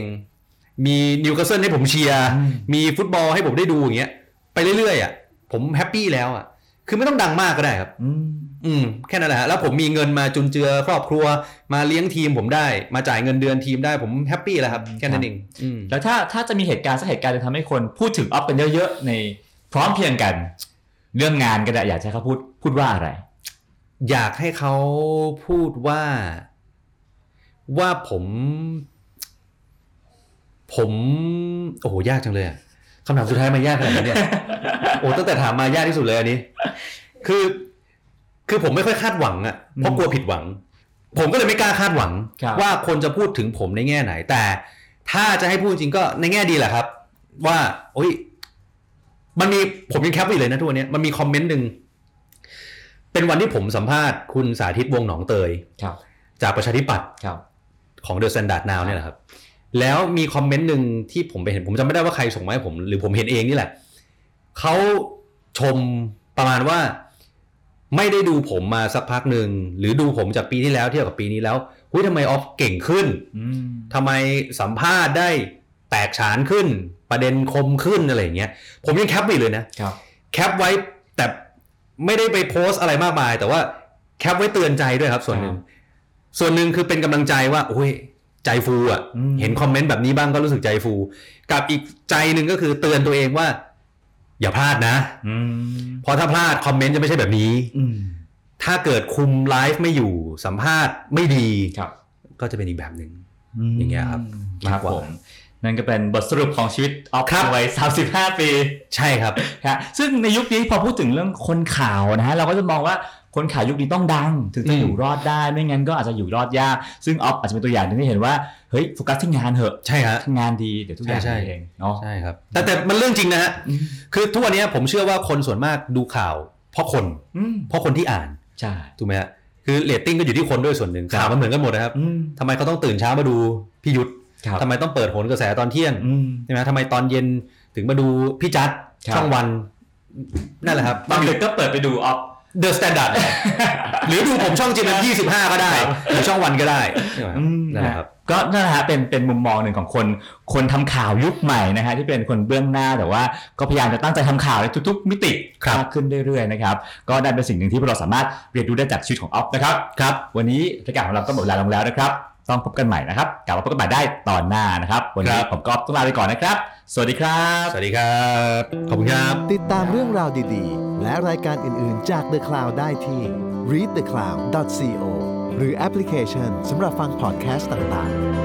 [SPEAKER 1] มีนิวคาสเซิลให้ผมเชียร์
[SPEAKER 3] อืม
[SPEAKER 1] มีฟุตบอลให้ผมได้ดูอย่างเงี้ย ไปเรื่อยๆอ่ะ ผมแฮปปี้แล้วอ่ะ คือไม่ต้องดังมากก็ได้ครับ
[SPEAKER 3] อืม
[SPEAKER 1] อืม แค่นั้นแหละฮะ แล้วผมมีเงินมาจุนเจือครอบครัว มาเลี้ยงทีมผมได้ มาจ่ายเงินเดือนทีมได้ ผมแฮปปี้แล้วครับ แค่นั้นเอง อืม
[SPEAKER 3] แล้วถ้าถ้าจะมีเหตุการณ์สักเหตุการณ์จะทำให้คนพูดถึงออฟเป็นเยอะๆในพร้อมเพรียงกัน เรื่องงานก็ได้อยากจะให้เขาพูดพูดว่าอะไร
[SPEAKER 1] อยากให้เขาพูดว่า ว่าผม ผมโอ้โหยากจังเลยอะคำถามสุดท้ายมันยากขนาดนี้เนี่ย โอ้ตั้งแต่ถามมายากที่สุดเลยอันนี้ คือ คือผมไม่ค่อยคาดหวังอะเพราะกลัวผิดหวัง ผมก็เลยไม่กล้าคาดหวัง
[SPEAKER 3] ครับ
[SPEAKER 1] ว่าคนจะพูดถึงผมในแง่ไหน แต่ถ้าจะให้พูดจริงก็ในแง่ดีแหละครับ ว่าโอ้ย มันมีผมยังแคปไว้อยู่เลยนะทุกวันเนี้ยมันมีคอมเมนต์หนึ่ง เป็นวันที่ผมสัมภาษณ์คุณสาธิตวงศ์หนองเตย
[SPEAKER 3] ครับ
[SPEAKER 1] จากประชาธิปัตย์
[SPEAKER 3] ครับ
[SPEAKER 1] ของเดอะ t แ n นดาร์ดนาวเนี่ยแหละครับ แล้วมีคอมเมนต์หนึ่งที่ผมไปเห็นผมจำไม่ได้ว่าใครส่งมาให้ผม หรือผมเห็นเองนี่แหละ เขาชมประมาณว่า ไม่ได้ดูผมมาสักพักหนึ่ง หรือดูผมจากปีที่แล้วเทียบกับปีนี้แล้วหุ้ยทำไมออฟเก่งขึ้น
[SPEAKER 3] อืม
[SPEAKER 1] ทำไมสัมภาษณ์ได้แตกฉานขึ้น ประเด็นคมขึ้นอะไรอย่างเงี้ยผมยังแคปไว้เลยนะ
[SPEAKER 3] ครับ
[SPEAKER 1] แคปไว้แต่ไม่ได้ไปโพสต์อะไรมากมาย แต่ว่าแคปไว้เตือนใจด้วยครับ ส่วนหนึ่งส่วนหนึ่งคือเป็นกำลังใจว่าโอ้ยใจฟูอะ่ะ เห็นคอมเมนต์แบบนี้บ้างก็รู้สึกใจฟู กับอีกใจหนึ่งก็คือเตือนตัวเองว่า อย่าพลาดนะ
[SPEAKER 3] อืม
[SPEAKER 1] เพราะถ้าพลาดคอมเมนต์จะไม่ใช่แบบนี้
[SPEAKER 3] อืม
[SPEAKER 1] ถ้าเกิดคุมไลฟ์ไม่อยู่สัมภาษณ์ไม่ดี
[SPEAKER 3] ครับ
[SPEAKER 1] ก็จะเป็นอีกแบบหนึ่ง
[SPEAKER 3] ม
[SPEAKER 1] อย่างเงี้ยครับ
[SPEAKER 3] ค
[SPEAKER 1] มา
[SPEAKER 3] รั
[SPEAKER 1] ก
[SPEAKER 3] บ
[SPEAKER 1] กว่า
[SPEAKER 3] ผมนั่นก็เป็นบทสรุปของชีวิตออฟ
[SPEAKER 1] ครับ
[SPEAKER 3] วัย35 ปี
[SPEAKER 1] ใช่ครับ
[SPEAKER 3] ฮะซึ่งในยุคนี้พอพูดถึงเรื่องคนข่าวนะฮะเราก็จะมองว่าคนข่าวยุคนี้ต้องดัง ถึงจะ
[SPEAKER 1] อืม
[SPEAKER 3] อยู่รอดได้ไม่งั้นก็อาจจะอยู่รอดยากซึ่งออฟอาจจะเป็นตัวอย่างหนึงที่เห็นว่าเฮ้ยโฟกัสที่งานเถอะ
[SPEAKER 1] ใช่ฮะ
[SPEAKER 3] ทำงานดีเดี๋ยวทุกอย่าง
[SPEAKER 1] ใช่ใช่
[SPEAKER 3] ดีเองเนาะ
[SPEAKER 1] ใช่ครับ แต่แต่มันเรื่องจริงนะฮะ
[SPEAKER 3] อืม
[SPEAKER 1] คือทุกวันนี้ผมเชื่อว่าคนส่วนมากดูข่าว เพราะคน
[SPEAKER 3] อืม
[SPEAKER 1] เพราะคนที่อ่าน
[SPEAKER 3] ใช่
[SPEAKER 1] ถูกไหมฮะคือเรตติ้งก็อยู่ที่คนด้วยส่วนหนึ่งข่าวมันเหมือนกันหมดนะครับ
[SPEAKER 3] อืม
[SPEAKER 1] ทำไมเขาต้องตื่นเช้ามาดูพี่ยุทธ
[SPEAKER 3] ครับ
[SPEAKER 1] ทำไมต้องเปิดโหนกระแสตอนเที่ยง
[SPEAKER 3] อืม
[SPEAKER 1] ใช่ไหมทำไมตอนเย็นถึงมาดูพี่จัด
[SPEAKER 3] ครับ
[SPEAKER 1] ช่องวัน นั่นแหละครับ
[SPEAKER 3] ตอนดึกก็เปิดไปดูออฟ
[SPEAKER 1] เดอะสแตนดาร์ดหรือดูผมช่องจีเอ็มยี่สิบห้าก็ได้ หรือช่องวันก็ได้ใช่ไหมครับ
[SPEAKER 3] อืม
[SPEAKER 1] นั่นแหละครับ
[SPEAKER 3] ก็นั่นแหละฮะเป็นเป็นมุมมองหนึ่งของคนคนทำข่าวยุคใหม่นะฮะที่เป็นคนเบื้องหน้าแต่ว่าก็พยายามจะตั้งใจทำข่าวในทุกๆ มิติ
[SPEAKER 1] ครับ
[SPEAKER 3] มากขึ้นเรื่อยๆนะครับก็ได้เป็นสิ่งหนึ่งที่พวกเราสามารถเรียนรู้ได้จากชีวิตของออฟนะครับครับวันนี้รายการของเราก็หมดเวลาลงแล้วนะครับ ต้องพบกันใหม่นะครับกลับมาพบกันใหม่ได้ตอนหน้านะครับ วันนี้ผมก็ต้องลาไปก่อนนะครับ สวัสดีครับ
[SPEAKER 1] สวัสดีครับ ขอบคุณครับ
[SPEAKER 2] ติดตามเรื่องราวดีๆ และรายการอื่นๆจาก The Cloud ได้ที่ readthecloud.co หรือแอปพลิเคชันสำหรับฟังพอดแคสต์ต่างๆ